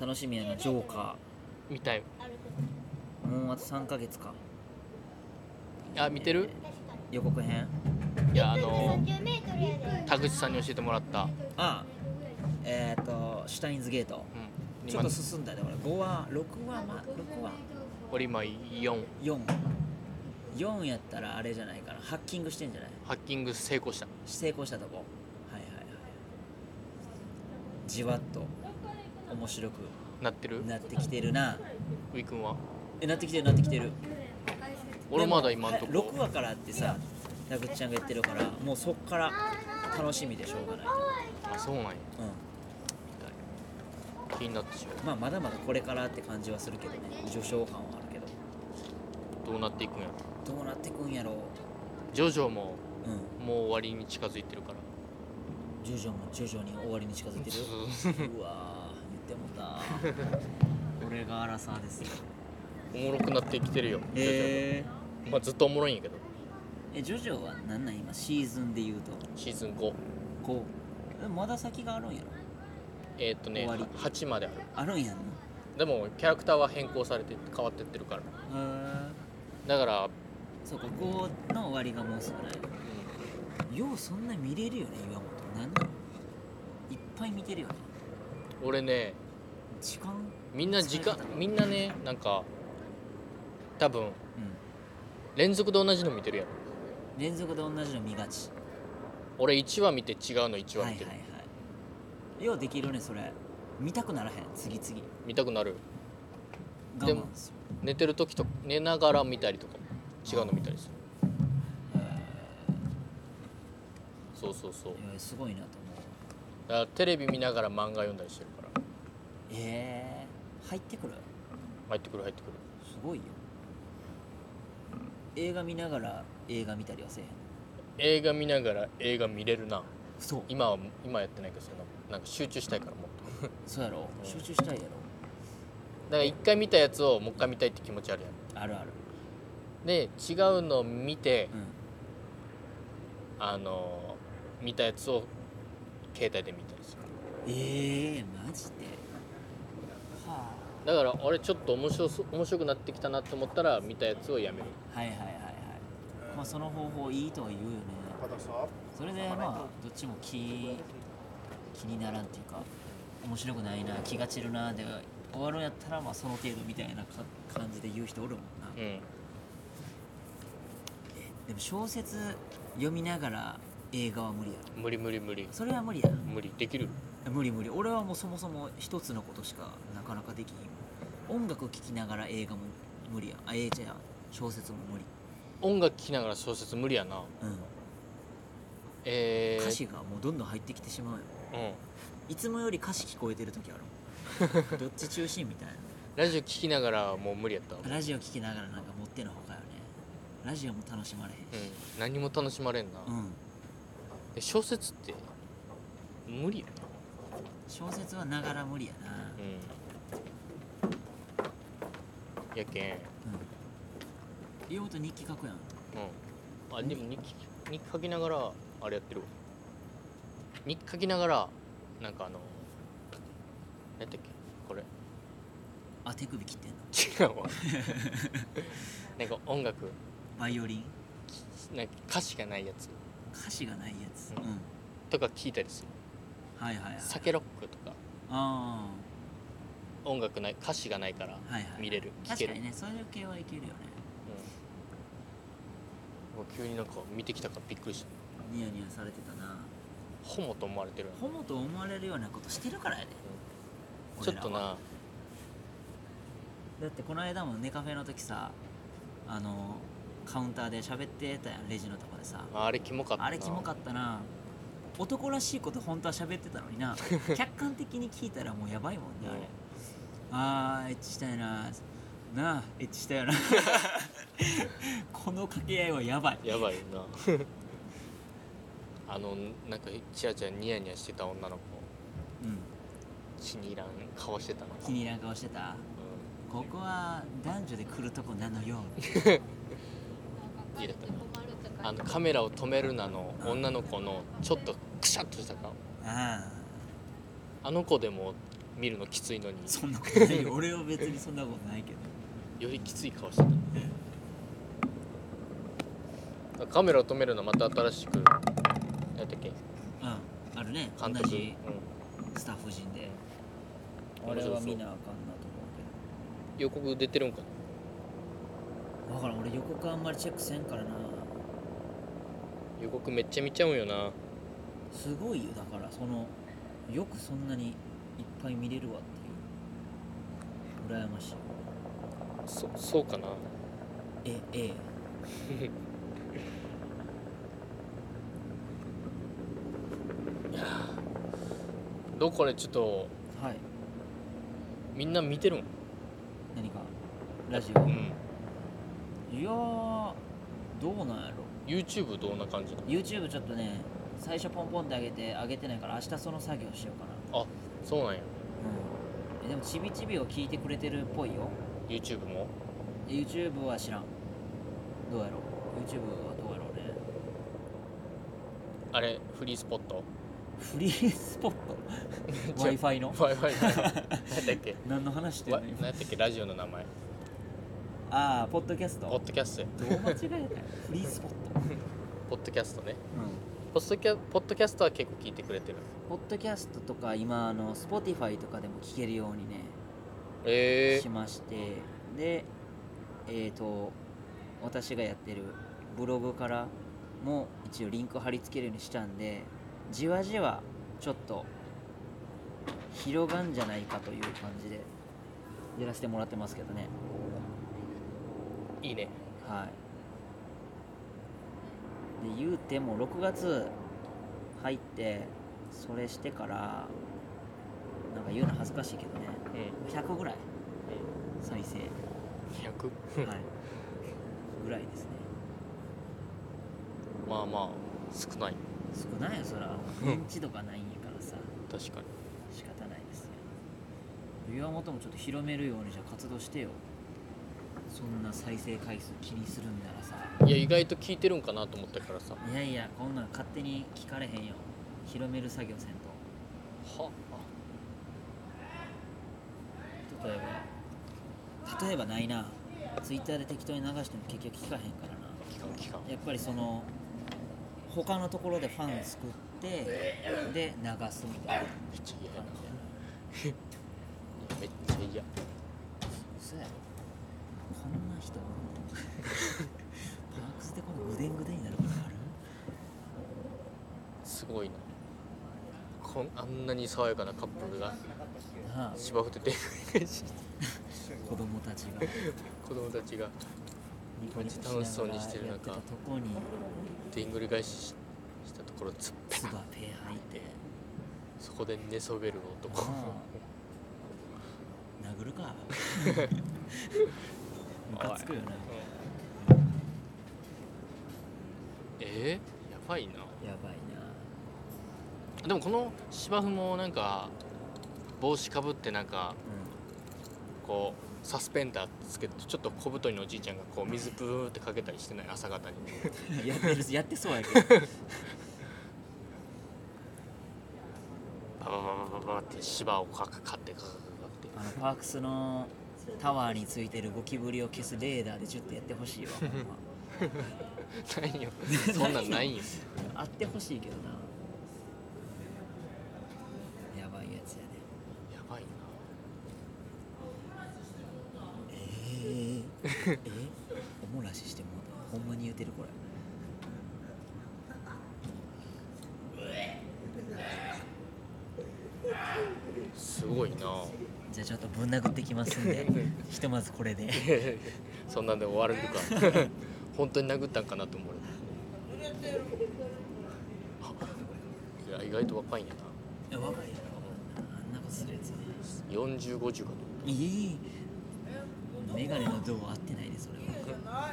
S2: 楽しみやなジョーカ
S1: 見たい
S2: ーもうあと3ヶ月か
S1: あ見てる
S2: 予告編
S1: いやあの田口さんに教えてもらった、うん、
S2: あえっ、とシュタインズゲートちょ
S1: 今
S2: っと進んだね俺5話6話ま6話
S1: 俺今4
S2: 44やったらあれじゃないかなハッキングしてんじゃない
S1: ハッキング成功した
S2: 成功したとこはいはいはいじわっと面白く
S1: なってる
S2: なってきてるな
S1: ウィ君は
S2: えなってきてるなってきてる
S1: 俺まだ今んと
S2: でも
S1: こ
S2: 6話からってさ田口ちゃんが言ってるからもうそっから楽しみでしょうがない、
S1: あそうなんや
S2: う、
S1: 気になってしまうん
S2: まあまだまだこれからって感じはするけどね序章感はあるけど
S1: どうなっていくんやろ
S2: どうなってくんやろう
S1: ジョジョも
S2: うん
S1: もう終わりに近づいてるから
S2: 徐々も徐々に終わりに近づい
S1: [laughs]
S2: てる
S1: そう
S2: わー言ってもた
S1: [laughs]
S2: 俺がアラサーですよ
S1: おもろくなってきてるよ
S2: え
S1: ジョジョまあずっとおもろいんやけど
S2: えジョジョはなんなん今シーズンで言うと
S1: シーズン5
S2: 5えまだ先があるんやろ
S1: えーっとね
S2: 終わり
S1: 8まである
S2: あるんやんな
S1: でもキャラクターは変更されて変わってってるから
S2: へえ
S1: だから、
S2: そうか5の終わりがもうすぐないようそんな見れるよね岩本なんなのいっぱい見てるよね
S1: うん俺ね
S2: 時間うん
S1: みんな時間みんなねなんか多分連続で同じの見てるやん
S2: 連続で同じの見がち
S1: 俺1話見て違うの1話
S2: はいは
S1: 見て
S2: い
S1: る、
S2: はいようできるねそれ見たくならへん次々
S1: 見たくなる
S2: 我
S1: でも
S2: 慢する
S1: 寝てる時と寝ながら見たりとか違うの見たりするそうそうそう
S2: いやすごいなと思う
S1: だからテレビ見ながら漫画読んだりしてるから
S2: えー、入ってくる
S1: 入ってくる入ってくる
S2: すごいよ映画見ながら映画見たりはせえへん
S1: 映画見ながら映画見れるな
S2: そう
S1: 今は今やってないけどそのなんか集中したいからもっと
S2: そうやろ集中したいやろ
S1: だから一回見たやつをもう一回見たいって気持ちあるやん
S2: あるある
S1: で違うのを見て
S2: うん
S1: あのー見たやつを携帯で見たりする
S2: ええマジでは
S1: だからあれちょっと面白そう面白くなってきたなと思ったら見たやつをやめる
S2: あはいはいはいはいまあその方法いいとは言うよねそれでまあどっちも気気にならんっていうか面白くないな気が散るなで終わるんやったらまあその程度みたいなか感じで言う人おるもんな
S1: うん
S2: でも小説読みながら映画は無理やろ
S1: 無理無理無理
S2: それは無理やな
S1: 無理できる
S2: 無理無理俺はもうそもそも一つのことしかなかなかできひん音楽聴きながら映画も無理やあええじゃあ小説も無理、
S1: 音楽聴きながら小説無理やな
S2: うん
S1: えー、
S2: 歌詞がもうどんどん入ってきてしまうよ
S1: うん
S2: いつもより歌詞聞こえてる時ある
S1: [laughs]
S2: もんどっち中心みたい
S1: ラジオ聴きながらもう無理やったわ
S2: なラジオ聴きながらなんか持ってのほかよねラジオも楽しまれ
S1: う
S2: へ
S1: ん何も楽しまれんな、
S2: んうん
S1: で小説って無理やな
S2: 小説はながら無理やな
S1: うんやけん
S2: うん岩本日記書くやん
S1: うんあでも日記日記書きながらあれやってるわ日記書きながらなんかあの何やったっけこれ
S2: あ手首切ってんの [laughs]
S1: 違うわなんか音楽
S2: バイオリン
S1: なんか歌詞がないやつ
S2: 歌詞がないやつ
S1: う
S2: うんん、
S1: とか聞いたりする
S2: はいはいはい
S1: 酒ロックとか
S2: あ
S1: 音楽ない歌詞がないから
S2: あはいはい
S1: 見れる聞け
S2: 確か
S1: る
S2: にねそういう系はいけるよね
S1: うんうわ急になんか見てきたからびっくりした
S2: ニヤニヤされてたな
S1: ホモと思われてる
S2: ホモと思われるようなことしてるからやで
S1: ちょっと
S2: 俺らは
S1: な
S2: だってこの間もネカフェの時さあのカウンターで喋ってたやんレジのとこでさ
S1: あれキモかったな
S2: あれキモかったな男らしいこと本当は喋ってたのに
S1: [laughs]
S2: な客観的に聞いたらもうやばいもんねあれ、あーエッチしたいななあエッチしたよな
S1: [laughs]
S2: この掛け合いはやばい
S1: やばい
S2: [laughs]
S1: なあのなんかチラチラニヤニヤしてた女の子
S2: うん
S1: 気に入らん顔してたな
S2: 気に入らん顔してたここは男女で来るとこなのよ
S3: 入れた
S1: うんあのカメラを止めるなの女の子のちょっとクシャッとした顔
S2: あ
S1: あの子でも見るのきついのに
S2: そんなことないよ俺は別にそんなことないけど
S1: よりきつい顔してたカメラを止めるのまた新しく何だっけ
S2: うんあるね同
S1: 監督、
S2: じ
S1: う
S2: スタッフ陣で
S1: ん
S2: あれは見なあかんなと
S1: 面白
S2: 思う
S1: そう予告出てるんかな
S2: けどだからん俺予告あんまりチェックせんからな
S1: 予告めっちゃ見ちゃうんよな
S2: すごいよだからそのよくそんなにいっぱい見れるわっていう羨ましい
S1: そそうかな
S2: えええ
S1: どうこれちょっと
S2: はい
S1: みんな見てるん
S2: 何かラジ
S1: う
S2: オ
S1: ん
S2: いやーどうなんやろ
S1: YouTube どんな感じなの
S2: YouTube ちょっとね最初ポンポンって上げて上げてないから明日その作業しようかな
S1: そうなんや
S2: うんえでもちびちびを聞いてくれてるっぽいよ
S1: YouTube も
S2: え YouTube は知らんどうやろ YouTube はどうやろうね
S1: あれフリースポット
S2: フリースポット
S1: [laughs]
S2: w i f i の
S1: w i f i 何だっけ
S2: 何の話してん
S1: わ
S2: の
S1: 何
S2: 今
S1: やったっけラジオの名前
S2: ああポッドキャス
S1: ポッ
S2: ト
S1: ドキャストや
S2: どう間違えたよフリースポット、
S1: ポッドキャストね
S2: うん、
S1: ポッドキャポッドキャストは結構聞いてくれてる
S2: ポッドキャストとか今あの Spotify とかでも聞けるようにね
S1: え
S2: しましてでえっ、と私がやってるブログからも一応リンク貼り付けるようにしたんでじわじわちょっと広がんじゃないかという感じでやらせてもらってますけどね
S1: ー、いいね
S2: はいで言うても6月入ってそれしてからなんか言うの恥ずかしいけどね
S1: うん
S2: 100ぐらい再生
S1: 100?
S2: はい、ぐらいですね
S1: まあまあ少ない
S2: 少ないよそら
S1: うん
S2: 認知度がないんやからさ
S1: 確かに
S2: 仕方ないですよ岩本もちょっと広めるようにじゃあ活動してよそんな再生回数気にするんならさ
S1: いや意外と聞いてるんかなと思ったからさ
S2: いやいやこんなん勝手に聞かれへんよ広める作業せんと
S1: は
S2: 例えば例えばないなツイッターで適当に流しても結局聞かへんからな
S1: 期間期間
S2: やっぱりその他のところでファン作ってで流すみたいな
S1: めっちゃ嫌や
S2: 感
S1: な
S2: じや
S1: [laughs]
S2: な
S1: めっちゃ嫌
S2: 嘘やろこんな人おるのパークスでこのぐでんぐでんになることある
S1: すごいなこんあんなに爽やかなカップルが
S2: なあ
S1: 芝生で出会いして
S2: 子供たちが
S1: 子供たちが
S2: ニコニコ
S1: 楽し
S2: し
S1: そ
S2: ながら
S1: うに
S2: やっ
S1: して
S2: て
S1: る
S2: た
S1: 中
S2: とこに
S1: でんぐり返しししたところつっぺ
S2: 唾ペー吐いて
S1: そこで寝そべる
S2: な
S1: 男
S2: あ殴る
S1: [laughs]
S2: かムカつくよな
S1: えー、やばいな
S2: やばい
S1: でもこの芝生もなんか帽子かぶってなんかこうサスペンダーつけてちょっと小太りのおじいちゃんがこう水ブーってかけたりしてない朝方に
S2: な、うん、やってるやってそうやけど
S1: ババババババって芝をかかかってかかかかって
S2: あのパークスのタワーについてるゴキブリを消すレーダーでちょっとやってほしいわほんま
S1: ないよそんなんないよ
S2: あってほしいけどなやばいやつやね
S1: やばいな
S2: えええおもらししてもうたほんまに言うてるこれ
S1: すごいな
S2: じゃあちょっとぶん殴ってきますんでひとまずこれで
S1: そんなんで終われるか本当に殴ったんかなと思ういや意外と若いんやな
S2: え若いやろあんなことするやつね
S1: 4050かと
S2: いいメガネの銅合ってないでそれは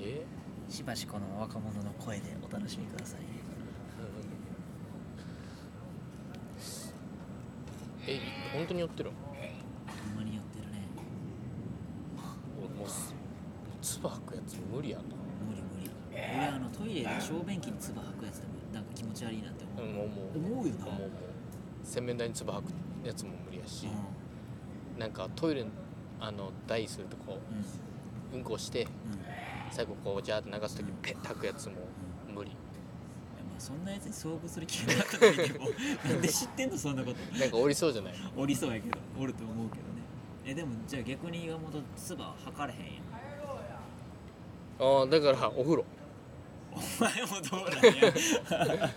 S1: え
S2: しばしこの若者の声でお楽しみください
S1: えい本当に寄ってるの
S2: ほんまに酔ってるね
S1: 俺もうす唾吐くやつ無理やな
S2: 無理無理俺あのトイレで小便器に唾吐くやつでもなんか気持ち悪いなって思う
S1: うんもうもう
S2: 思うよな
S1: もうもう洗面台に唾吐くやつも無理やし、
S2: う
S1: なんかトイレあの台するとこ
S2: んうん
S1: ううんこして
S2: うんうん
S1: 最後こうジャーって流す時にペッて吐くやつも無理
S2: まあそんなやつに遭遇する気がなかったで
S1: [laughs]
S2: もなんで知ってんのそんなこと
S1: なんかおりそうじゃない
S2: おりそうやけどおると思うけどねえでもじゃあ逆に岩本唾は吐かれへんやん
S1: ああだからお風呂
S2: お前もどうなんや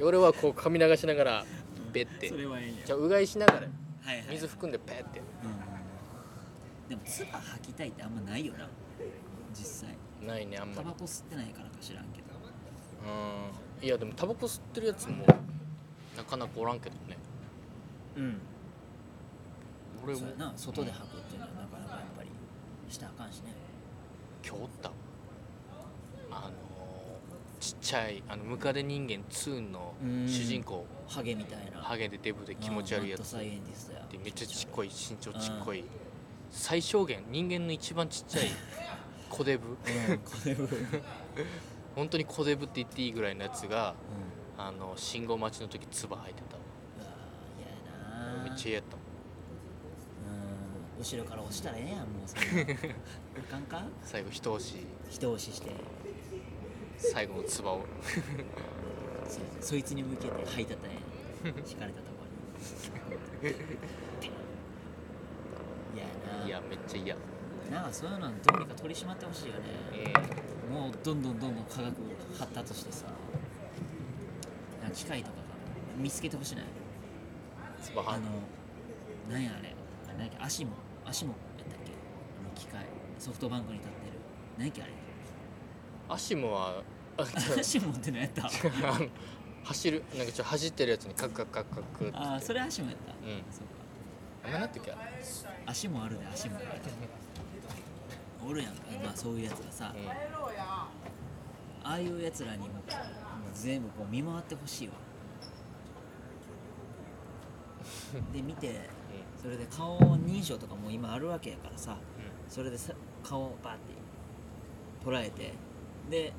S1: 俺はこう髪流しながらペッて
S2: それはええんや
S1: じゃあうがいしながら
S2: はいはい
S1: 水含んでペッて
S2: うん、でも唾吐きたいってあんまないよな実際
S1: ないねあんま
S2: タ
S1: り
S2: バコ吸ってないからか知らんけど
S1: うんいやでもタバコ吸ってるやつもなかなかおらんけどね
S2: うん
S1: 俺も
S2: そうやな外で吐くっていうのはなかなかやっぱりしたらあかんしね
S1: 今日おったあのーちっちゃいあのムカデ人間2の
S2: うん
S1: 主人公
S2: ハゲみたいな
S1: ハゲでデブで気持ち悪いや
S2: うんマット
S1: つ
S2: サイエンティストや
S1: でめっちゃちっこい身長ちっこい最小限人間の一番ちっちゃい小デブ
S2: うんこれは
S1: [laughs] 本当に小デブって言っていいぐらいのやつがあの信号待ちの時唾吐いて
S2: うわ
S1: た
S2: 嫌
S1: わ
S2: やな
S1: めっちゃ嫌やったもん
S2: うん後ろから押したらええやんもうそんなあかんか
S1: 最後一押し
S2: 一押しして
S1: 最後の唾を
S2: そそいつに向けて吐いたったんや引かれたとこ
S1: [laughs]
S2: にいやない
S1: やめっちゃ嫌うん
S2: なんかそういうのどうにか取り締まってほしいよねもうどんどんどんどん科学発達してさなんか機械とかが見つけてほしいね
S1: 唾
S2: あ
S1: 吐
S2: のなんやあれあれなんやっけ足も足もやったっけあの機械ソフトバンクに立ってる何やっけあれ
S1: アシモはあ
S2: 足もって何やった
S1: あの走るなんかちょっと走ってるやつにカクカクカクカクって
S2: ああそれ足もやった、
S1: うん
S2: そうか
S1: あんまなってきゃ
S2: 足もあるで足
S1: [laughs]
S2: もあるおるやんか今そういうやつがさ、
S1: うん
S2: ああいうやつらにももう全部こう見回ってほしいわで見てそれで顔認証とかも今あるわけやからさそれでさ顔をバーって捉えてで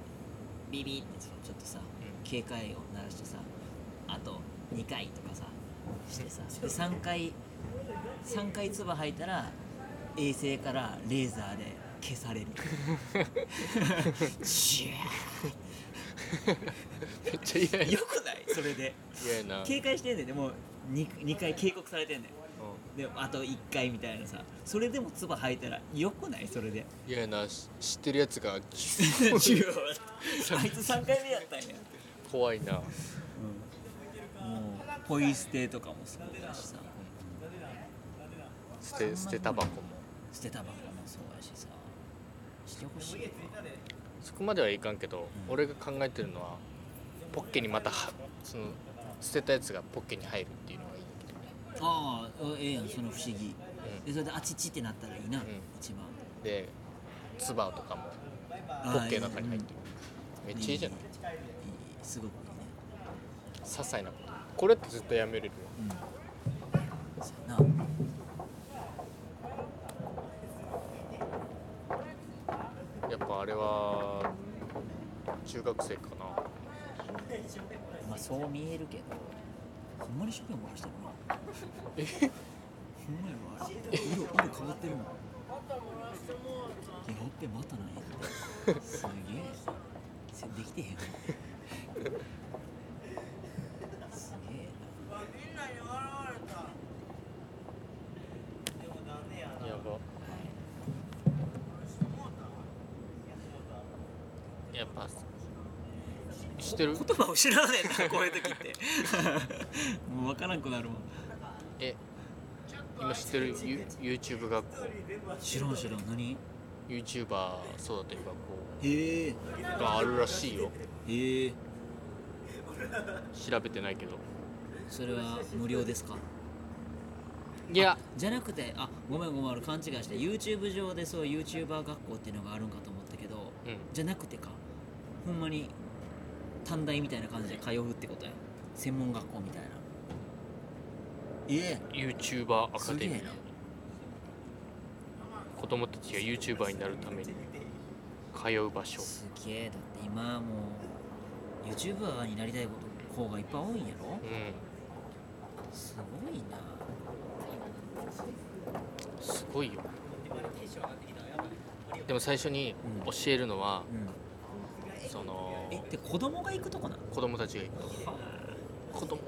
S2: ビビってさちょっとさ
S1: うん
S2: 警戒音鳴らしてさあと2回とかさしてさで3回3回唾吐いたら衛星からレーザーで消されるジ
S1: めっちゃ嫌
S2: ュー
S1: や
S2: よくないそれで
S1: 嫌やな
S2: 警戒してんねんでもう 2, 2回警告されてんねん
S1: うん
S2: であと1回みたいなさそれでも唾吐いたらよくないそれで
S1: 嫌やなし知ってるやつ
S2: [laughs]
S1: が
S2: ジュー [laughs] あいつ3回目やったんや、
S1: 怖いな
S2: もうポイ捨てとかもそうだしさ
S1: 捨て捨てタバコも
S2: 捨てたばこもそうやしさしてほしいよな
S1: そこまではいかんけど俺が考えてるのはポッケにまたはその捨てたやつがポッケに入るっていうのがいい
S2: ああええやんその不思議
S1: うん
S2: でそれであちちってなったらいいな、一番
S1: でツバとかも
S2: あ
S1: ポ
S2: あ
S1: ッケの中に入って
S2: い
S1: るめっちゃいいじゃない
S2: いうんいいすごくいい
S1: 些細なことこれって絶対やめれるよ
S2: ねうんそうやな
S1: やっぱあれは中学生かな
S2: まあそう見えるけどほんまに職業漏らしてるな
S1: え
S2: ほんまやわあれ色色変わってるもんやっべまたないってすげえせできてへんわすげえ
S1: やばやっぱ知って
S2: な
S1: る
S2: 言葉を知らねえなこういう時って [laughs] もう分からんくなるもん
S1: え今知ってるユ YouTube 学校
S2: 知らん知らん何へ
S1: YouTuber 育てる
S2: えへ
S1: 学校があるらしいよ
S2: え
S1: 調べてないけど
S2: それは無料ですか
S1: いや
S2: じゃなくてあごめんごめん俺勘違いして YouTube 上でそう YouTuber 学校っていうのがあるんかと思ったけど
S1: うん
S2: じゃなくてかほんまに短大みたいな感じで通うってことや専門学校みたいなえ
S1: YouTuber アカデミ
S2: すげ
S1: ー
S2: えな
S1: 子供たちが YouTuber になるために通う場所
S2: すげえだって今もう YouTuber になりたい子がいっぱい多いんやろ
S1: うん
S2: すごいな
S1: すごいよでも最初に
S2: う
S1: 教えるのは、
S2: うん
S1: その
S2: えって子供が行くとこなの
S1: 子供たちが行く子供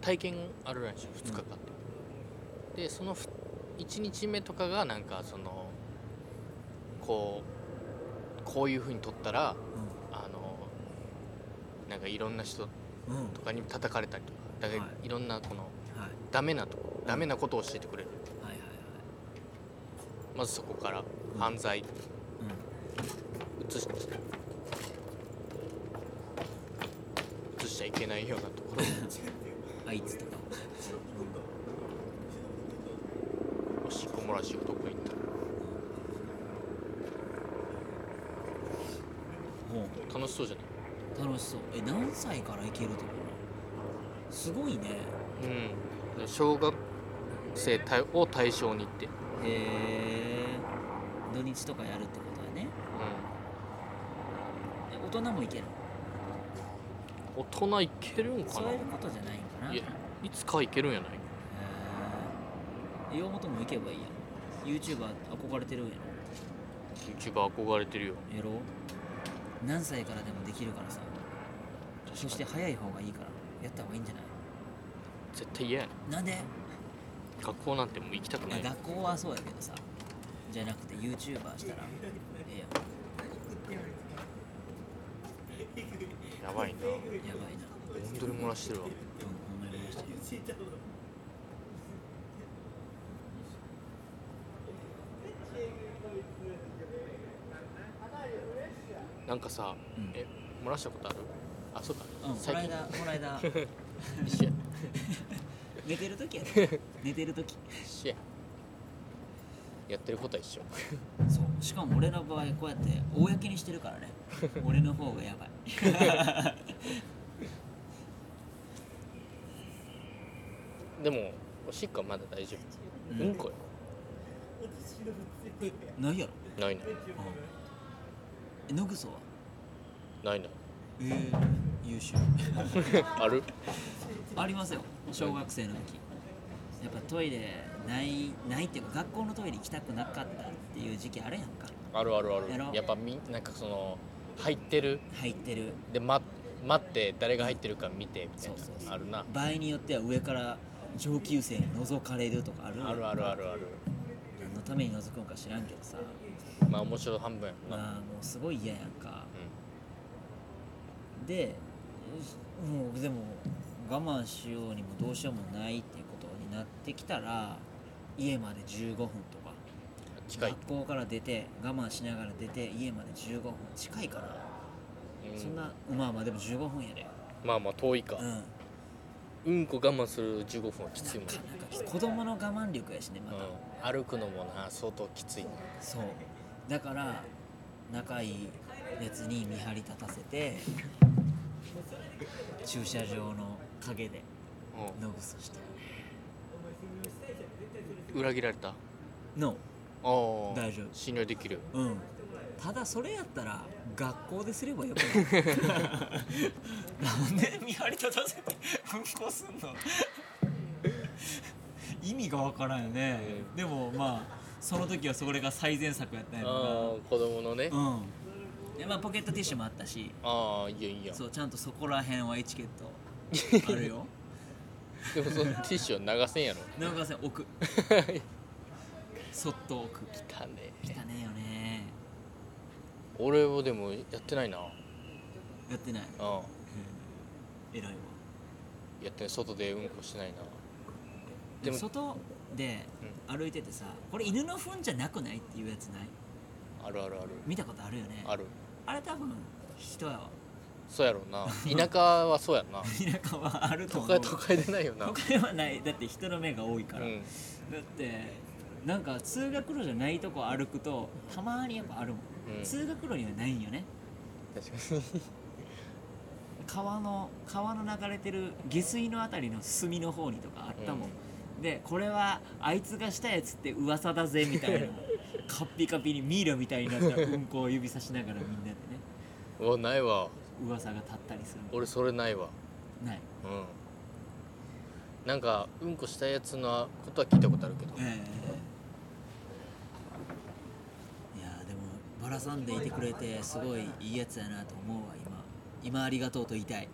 S1: 体験あるらしい2日間ってでその1日目とかがなんかそのこうこういうふうに撮ったらあのなんかいろんな人
S2: うん、うん、
S1: とかに叩かれたりとかだから
S2: はい
S1: いろんなこの
S2: はい
S1: ダメなとこダメなことを教えてくれる
S2: はいはいはい
S1: まずそこから犯罪
S2: うん
S1: 移して移しちゃいけないようなところ
S2: あいつとか
S1: おしっこ漏らしをどこ行った
S2: ほう
S1: ら楽しそうじゃない
S2: 楽しそうえ何歳から行けるところすごいね
S1: うん小学生対を対象にって、
S2: へえ土日とかやるってことはね
S1: う
S2: え大人も行ける
S1: ん、大人いけるんか
S2: そう
S1: な
S2: いうことじゃないんかないへ
S1: やいつかいけるんやない
S2: え岩本も行けばいいやん YouTuber 憧れてるんや
S1: YouTuber 憧れてるよ
S2: ろやろ何歳からでもできるからさそして早い方がいいからやった方がいいんじゃない
S1: 絶対嫌やね
S2: なんで
S1: 学校なんてもう行きたくない
S2: あ学校はそうやけどさじゃなくて YouTuber したらええやん
S1: やばい
S2: や
S1: な
S2: ばいな
S1: 本当に漏らしてるわ
S2: うんほんまに漏らしてる
S1: なんかさ、
S2: うん
S1: え漏らしたことあるあそうか、
S2: うん、この
S1: 最近
S2: 間、この [laughs] 間、
S1: 一緒や
S2: 寝てる時やで寝てる時
S1: 一緒ややってることは一緒
S2: そう、しかも俺の場合、こうやって公にしてる [laughs] からね俺の方がやばい [laughs]
S1: でもおしっこはまだ大丈夫うんこよ
S2: ないやろ、
S1: ないない
S2: うん、え野草は
S1: ないない
S2: ええ優秀 [laughs]
S1: ある
S2: ありますよ、小学生の時やっぱトイレない、ないっていうか学校のトイレ行きたくなかったっていう時期あるやんか
S1: あるあるあ
S2: やろ
S1: るやっぱみなんかその入ってる
S2: 入ってる
S1: で、ま、待って誰が入ってるか見てみたい
S2: そうそうそう
S1: なあるな
S2: 場合によっては上から上級生に覗かれるとかある
S1: あるあるあるある
S2: 何のために覗くんか知らんけどさ
S1: まあ面白い半分やもんな
S2: まあもうすごい嫌やんかでもうでも我慢しようにもどうしようもないっていうことになってきたら家まで15分とか
S1: うん近い
S2: 学校から出て我慢しながら出て家まで15分近いから、
S1: うん
S2: そんなまあまあでも15分やで
S1: まあまあ遠いか
S2: うん
S1: うんこ我慢する15分はきついもんね
S2: 子供の我慢力やしねまた、
S1: うん歩くのもな相当きついな
S2: そうだから仲いいやつに見張り立たせて駐車場の陰でノブソして
S1: うん裏切られたあ
S2: の
S1: あ
S2: 大丈夫
S1: 信頼できる
S2: うんただそれやったら学校ですればよくないなんで見張り立たせて運行すんの意味がわからんよね、でもまあその時はそれが最善策やったんや
S1: ああ
S2: ろ
S1: 子供のね
S2: なうんでまあポケットティッシュもあったし
S1: ああいやいや
S2: そうちゃんとそこら辺はエチケットあるよ
S1: でもそのティッシュは流せんやろ
S2: 長川さん奥そっと奥
S1: 来たね
S2: 汚ねえよね
S1: 俺はでもやってないな
S2: やってない
S1: あ
S2: 偉いわ
S1: やってない外でうんこしてないな
S2: でも
S1: でも
S2: 外で歩いててさこれ犬の糞じゃなくないっていうやつない
S1: あるあるある
S2: 見たことあるよね
S1: ある
S2: あれ多分人やわ
S1: そうやろうな田舎はそうや
S2: [laughs]
S1: んな
S2: 田舎はあると
S1: 都
S2: 思う
S1: 会都会でないよな
S2: 都会はないだって人の目が多いから、
S1: うん
S2: だってなんか通学路じゃないとこ歩くとたまにやっぱあるもん、
S1: うん
S2: 通学路にはないんよね
S1: 確かに
S2: 川の川の流れてる下水のあたりの隅の方にとかあったもん、でこれはあいつがしたやつって噂だぜみたい [laughs] なカッピカピにミイラみたいになったうんこを指さしながらみんなでね
S1: うわないわ
S2: 噂が立ったりする
S1: 俺それないわ
S2: ない
S1: うんなんかうんこしたやつのことは聞いたことあるけど
S2: ええいやでもバラさんでいてくれてすごいいいやつやなと思うわ今今ありがとうと言いたい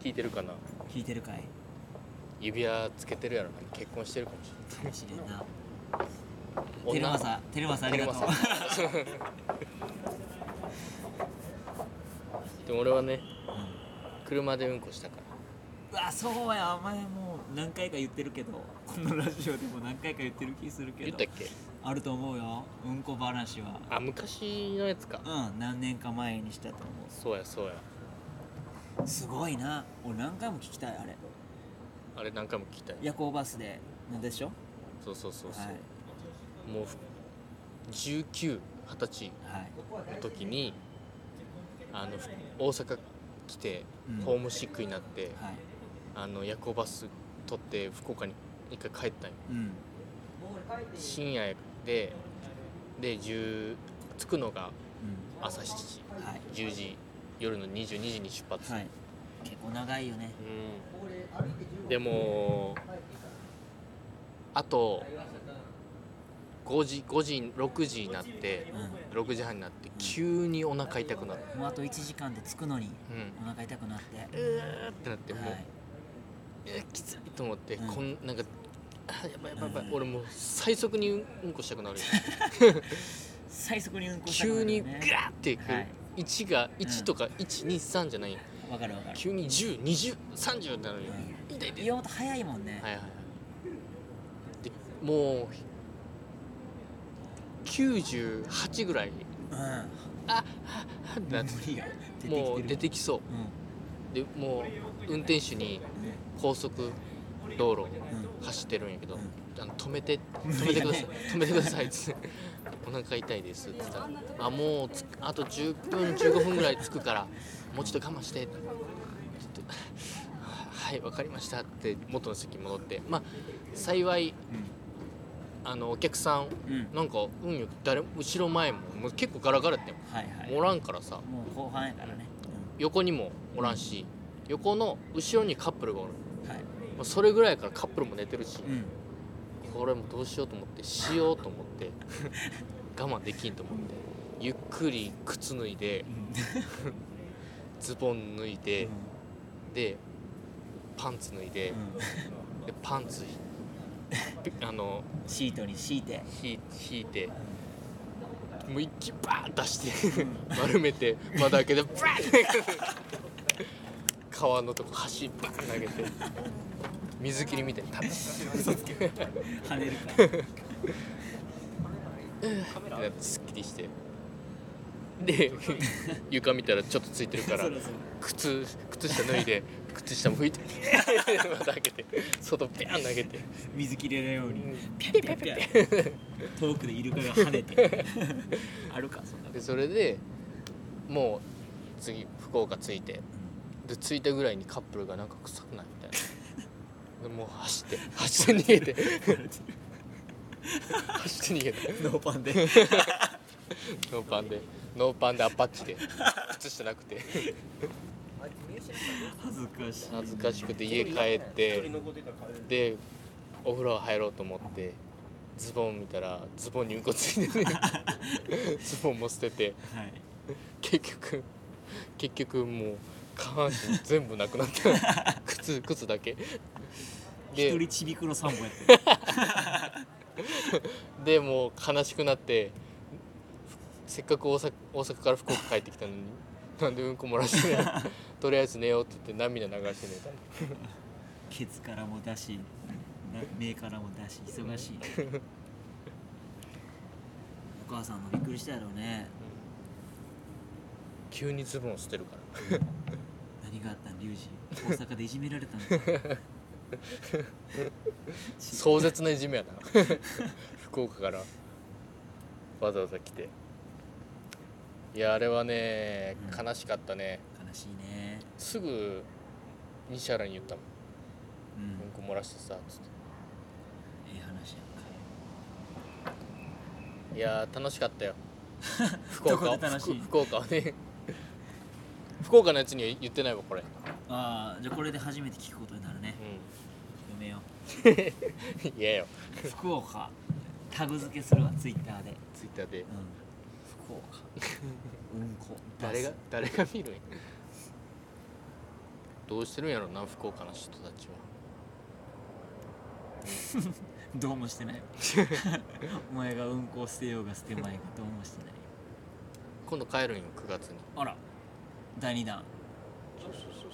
S1: 聞いてるかな
S2: 聞いてるかい
S1: 指輪つけてるやろな結婚してるかもし
S2: かもしれんな
S1: れん
S2: テレ
S1: 女
S2: マサテレマサありがとう
S1: テレ
S2: [laughs]
S1: マでも俺はね
S2: うん
S1: 車でうんこしたか
S2: うわそうやお前もう何回か言ってるけどこのラジオでも何回か言ってる気する
S1: ら
S2: け
S1: 言っ
S2: ど
S1: たっけ
S2: あると思うようんこ話は
S1: あ昔のやつか
S2: うん何年か前にしたと思
S1: そうやそうや
S2: うすごいな俺何回も聞きたいあれ
S1: あれ何回も聞いたよ
S2: 夜行バスでなんでしょ
S1: そうそうそうそう、
S2: はい
S1: もう1920歳
S2: はい
S1: の時にあのふ大阪来て
S2: うん
S1: ホームシックになって、
S2: はい
S1: あの夜行バス取って福岡に一回帰ったんよ
S2: うん
S1: 深夜でで10着くのが朝7
S2: うんはい
S1: 時10時夜の22時に出発、
S2: はい結構長いよね
S1: うんでもあと5時5時6時になって
S2: う
S1: 6時半になって急にお腹痛くなる、
S2: んもうあと1時間で着くのに
S1: うん
S2: お腹痛くなっては
S1: ってなってもう、
S2: い
S1: えーきついと思って、
S2: うん
S1: こんなんかあやばいやばいやばい、
S2: うん
S1: 俺もう最速にうんうんこしたくな
S2: [laughs]
S1: るよ
S2: 最速に運行したくな
S1: 急
S2: る
S1: に
S2: よ
S1: グ
S2: ね
S1: ラーっていく、
S2: はい
S1: 1が1とか123じゃないよ
S2: わかるわかる
S1: 急に102030になるよ、
S2: う
S1: 痛い痛い
S2: 岩本早いもんね
S1: はいはいはいでもう98ぐらい
S2: うん
S1: ああってなって
S2: 無理や
S1: もう出て
S2: き
S1: きそ
S2: うん
S1: うでもう運転手に
S2: ね
S1: 高速道路
S2: うん
S1: 走ってるんやけど、
S2: うん
S1: あの止めて
S2: 無
S1: 止め
S2: 理
S1: て
S2: だ
S1: くだ
S2: [laughs]
S1: さい
S2: ね
S1: 止めてくださいっ [laughs] つってお腹痛いですって言ったらあもうつあと10分15分ぐらい着くからもうちょっと我慢してってちょっと [laughs] はいわかりましたって元の席に戻ってまあ幸いあのお客さん
S2: うんうん
S1: なんか運よく誰も後ろ前ももう結構ガラガラやって
S2: はいはい
S1: おらんからさ
S2: もう後半やからね
S1: 横にもおらんし横の後ろにカップルがおる
S2: うんはい
S1: もうそれぐらいからカップルも寝てるし、
S2: うん
S1: これもどうしようと思ってしようと思って我慢できんと思ってゆっくり靴脱いでズボン脱いで、でパンツ脱いで,、でパンツひ [laughs] あの
S2: シートに敷いて
S1: ひ引いてもう一気バーン出して丸めて窓開けてバーン川のとこ橋バーン投げて水切りみたいに立って
S2: 跳ねるから
S1: ってなってすっきりしてで [laughs] 床見たらちょっとついてるから
S2: そろそろ
S1: 靴靴下脱
S2: [laughs]
S1: いで靴下も拭いて [laughs] また開けて外ペアン投げて
S2: 水切れないようにピャッピャッピャッ遠くでイルカが跳ねて [laughs] あるかそんなこと
S1: でそれでもう次福岡着いてで着いたぐらいにカップルがなんか臭くないみたいなでもう走って走って逃げて走って逃げて
S2: [laughs] ノーパンで
S1: ノーパンでノーパンでアパッチで靴下なくて
S2: 恥ずかしい
S1: 恥ずかしくて家帰ってでお風呂入ろうと思ってズボン見たらズボンにうんこつ
S2: [laughs]
S1: いててズボンも捨てて
S2: はい
S1: 結局結局もう下半身全部なくなった
S2: [laughs]
S1: 靴靴だけ
S2: 一
S1: で
S2: 人ちびくろ3本やってる
S1: でもう悲しくなってせっかく大阪大阪から福岡帰ってきたのになんでうんこ漏らし
S2: [laughs]
S1: てないとりあえず寝ようって言って涙流して寝た
S2: ケツからも出しな目からも出し忙しいお母さんもびっくりしたやろうね
S1: 急にズボンを捨てるから
S2: 何があったんリュウジ大阪でいじめられたのか
S1: 壮絶ないじめやな [laughs] 福岡からわざわざ来ていやあれはね
S2: うん
S1: 悲しかったね
S2: 悲しいね
S1: すぐ西原に言ったも
S2: うん
S1: んうんこ漏らしてさつっ
S2: ええ話やんか
S1: ていやー楽し
S2: [laughs]
S1: かったよ福岡
S2: どこで楽しい
S1: 福福岡はね福岡のやつには言ってないわこれ、う
S2: ああじゃあこれで初めて聞くことになるね
S1: ん、 [laughs] 嫌よ
S2: 福岡タグ付けするわツイッターで、
S1: ツイッターで
S2: 福岡うんこ
S1: 誰が
S2: バ
S1: 誰が見るんやどうしてるんやろな福岡の人たちは
S2: スどうもしてない
S1: [laughs]
S2: よお前がうんこを捨てようが捨てまいがどうもしてないよ
S1: 今度帰るんよ9月に
S2: あら第2弾
S1: そうそうそうそう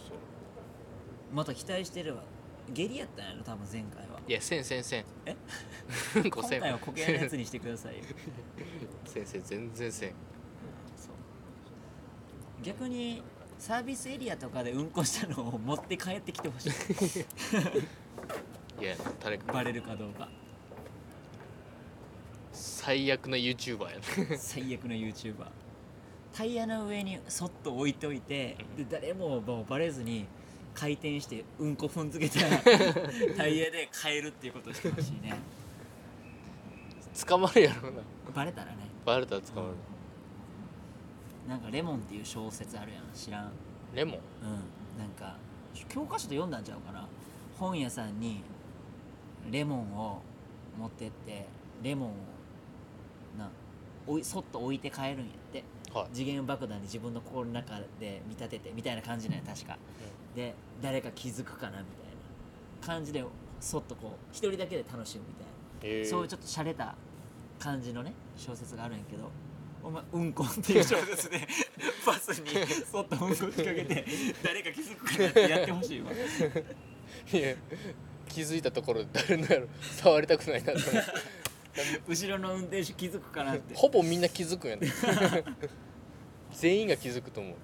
S2: また期待してるわ下痢やったんやろ多分前回はい
S1: や1000 1000 [laughs]
S2: え
S1: 1000
S2: 今
S1: 5000
S2: 回はこけやのやつにしてくださ
S1: [laughs]
S2: いよ
S1: 先生全然1000
S2: そう逆にサービスエリアとかでうんこしたのを持って帰ってきてほしい
S1: いや誰か
S2: バレるかどうか
S1: 最悪の YouTuber や
S2: [laughs]
S1: な [laughs]
S2: 最悪の YouTuber タイヤの上にそっと置いといてで誰ももうバレずに回転してうんこ踏んづけたタイヤで変えるっていうことをしてほしいね
S1: 捕まるやろうな
S2: バレたらね
S1: バレたら捕まる、
S2: なんか「レモン」っていう小説あるやん知らん
S1: レモン
S2: うんなんか教科書で読んだんちゃうかな本屋さんにレモンを持ってってレモンをなおいそっと置いて帰るんやって
S1: はい
S2: 次元爆弾で自分の心の中で見立ててみたいな感じなんや確か、で誰か気づくかなみたいな感じでそっとこう一人だけで楽しむみたいな
S1: えー、
S2: そういうちょっと洒落た感じのね小説があるんやけどお前うんこっていう小説でバスに [laughs] そっとうんこ仕掛けて誰か気づくかなってやってほしいわ
S1: いや気づいたところで誰のやろ触りたくないなと思って
S2: 後ろの運転手気づくかなって
S1: ほぼみんな気づくん
S2: [laughs]
S1: やね全員が気づくと思う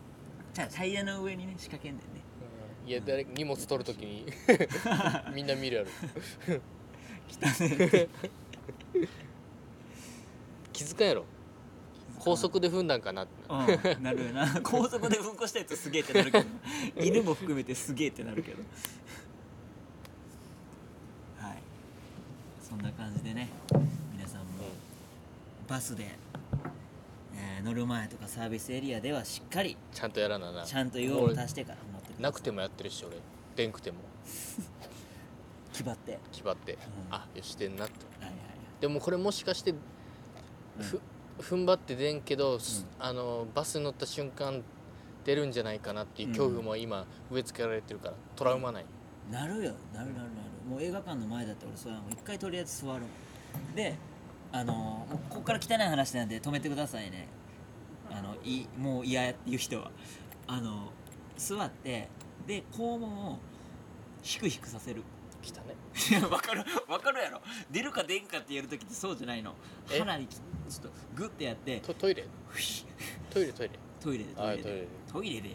S2: じゃあタイヤの上にね仕掛けんだよね
S1: いや誰荷物取るときにみんな見るやろ
S2: 来たね
S1: 気づかんやろ高速で踏んだんかなって
S2: うんなるよな高速でうんこしたやつすげえってな [laughs] るけど犬も含めてすげえってなるけどはいそんな感じでね皆さんもバスで、えー乗る前とかサービスエリアではしっかり
S1: ちゃんとやらなな
S2: ちゃんと用を足してから乗って
S1: 俺なくてもやってるし俺でんくても
S2: 決まってはい
S1: 気張って、あよしてんなって
S2: はいはい
S1: でもこれもしかしてふ、踏ん張って出んけど、すあのバスに乗った瞬間出るんじゃないかなっていう恐怖も今植え付けられてるからトラウマない、
S2: なるよなるなるなるもう映画館の前だって俺そうやもん一回とりあえず座るもんであのもうここから汚い話なんで止めてくださいねあのいもう嫌やっていう人はあの座ってで肛門をひくひくさせる
S1: 来たね
S2: いや分かる分かるやろ出るか出んかってやるときってそうじゃないの
S1: え
S2: 腹にきちょっとグッてやって
S1: トトイレ
S2: ふひ
S1: トイレトイレ
S2: トイレでトイ
S1: あ
S2: レ
S1: トイ
S2: で
S1: レで
S2: トイレで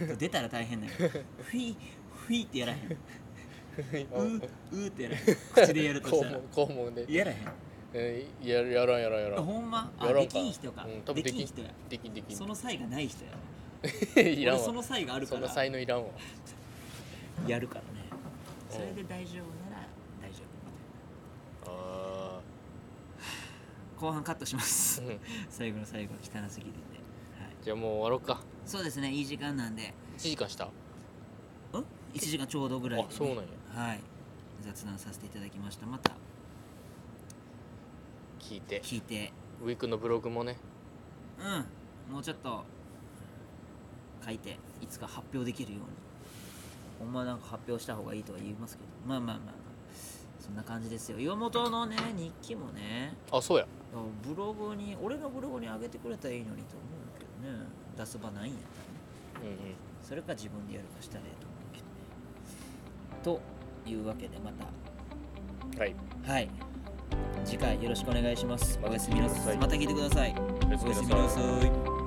S2: やんか出たら大変だよふいふいってやらへんううーってやらへん口でやるとしたら
S1: 肛門肛門で
S2: やらへん
S1: えーややらんやらんやらん
S2: ほんま
S1: や
S2: あ
S1: ら
S2: で
S1: んか
S2: きん人か、
S1: うん多
S2: で
S1: 分で
S2: き
S1: き
S2: ん
S1: ん
S2: 人や
S1: できんできん
S2: その才がない人や
S1: [laughs] いらん
S2: 俺
S1: わ
S2: その才がある
S1: そ
S2: か
S1: んな
S2: ら
S1: 才能いらんわ
S2: やるからね
S1: うん
S2: それで大丈夫なら大丈
S1: あ
S2: 夫後半カットします
S1: ーうん
S2: 最後の最後汚すぎるんで、はい、
S1: じゃあもう終わろうか
S2: そうですねいい時間なんで
S1: 1時間したあ
S2: うん1時間ちょうどぐらいでね、
S1: そうなんや
S2: はい雑談させていただきましたまた
S1: 聞いて
S2: 聞いて
S1: ウィークのブログもね
S2: うんもうちょっと書いていつか発表できるようにほんまなんか発表した方がいいとは言いますけどまあまあまあ、まあ、そんな感じですよ岩本のね日記もね
S1: あそうや
S2: ブログに俺のブログに上げてくれたらいいのにと思うけどね出す場ないんやったらね
S1: うんうん
S2: それか自分でやるかしたらええと思うけどねというわけでまた
S1: はい
S2: はい。次回よろしくお願いします。お
S1: また
S2: や
S1: 聞
S2: す
S1: いて
S2: み
S1: く
S2: な
S1: ださ
S2: さ
S1: い
S2: い。また聞いてください。
S1: おやすみなさい
S2: おやすみなさい。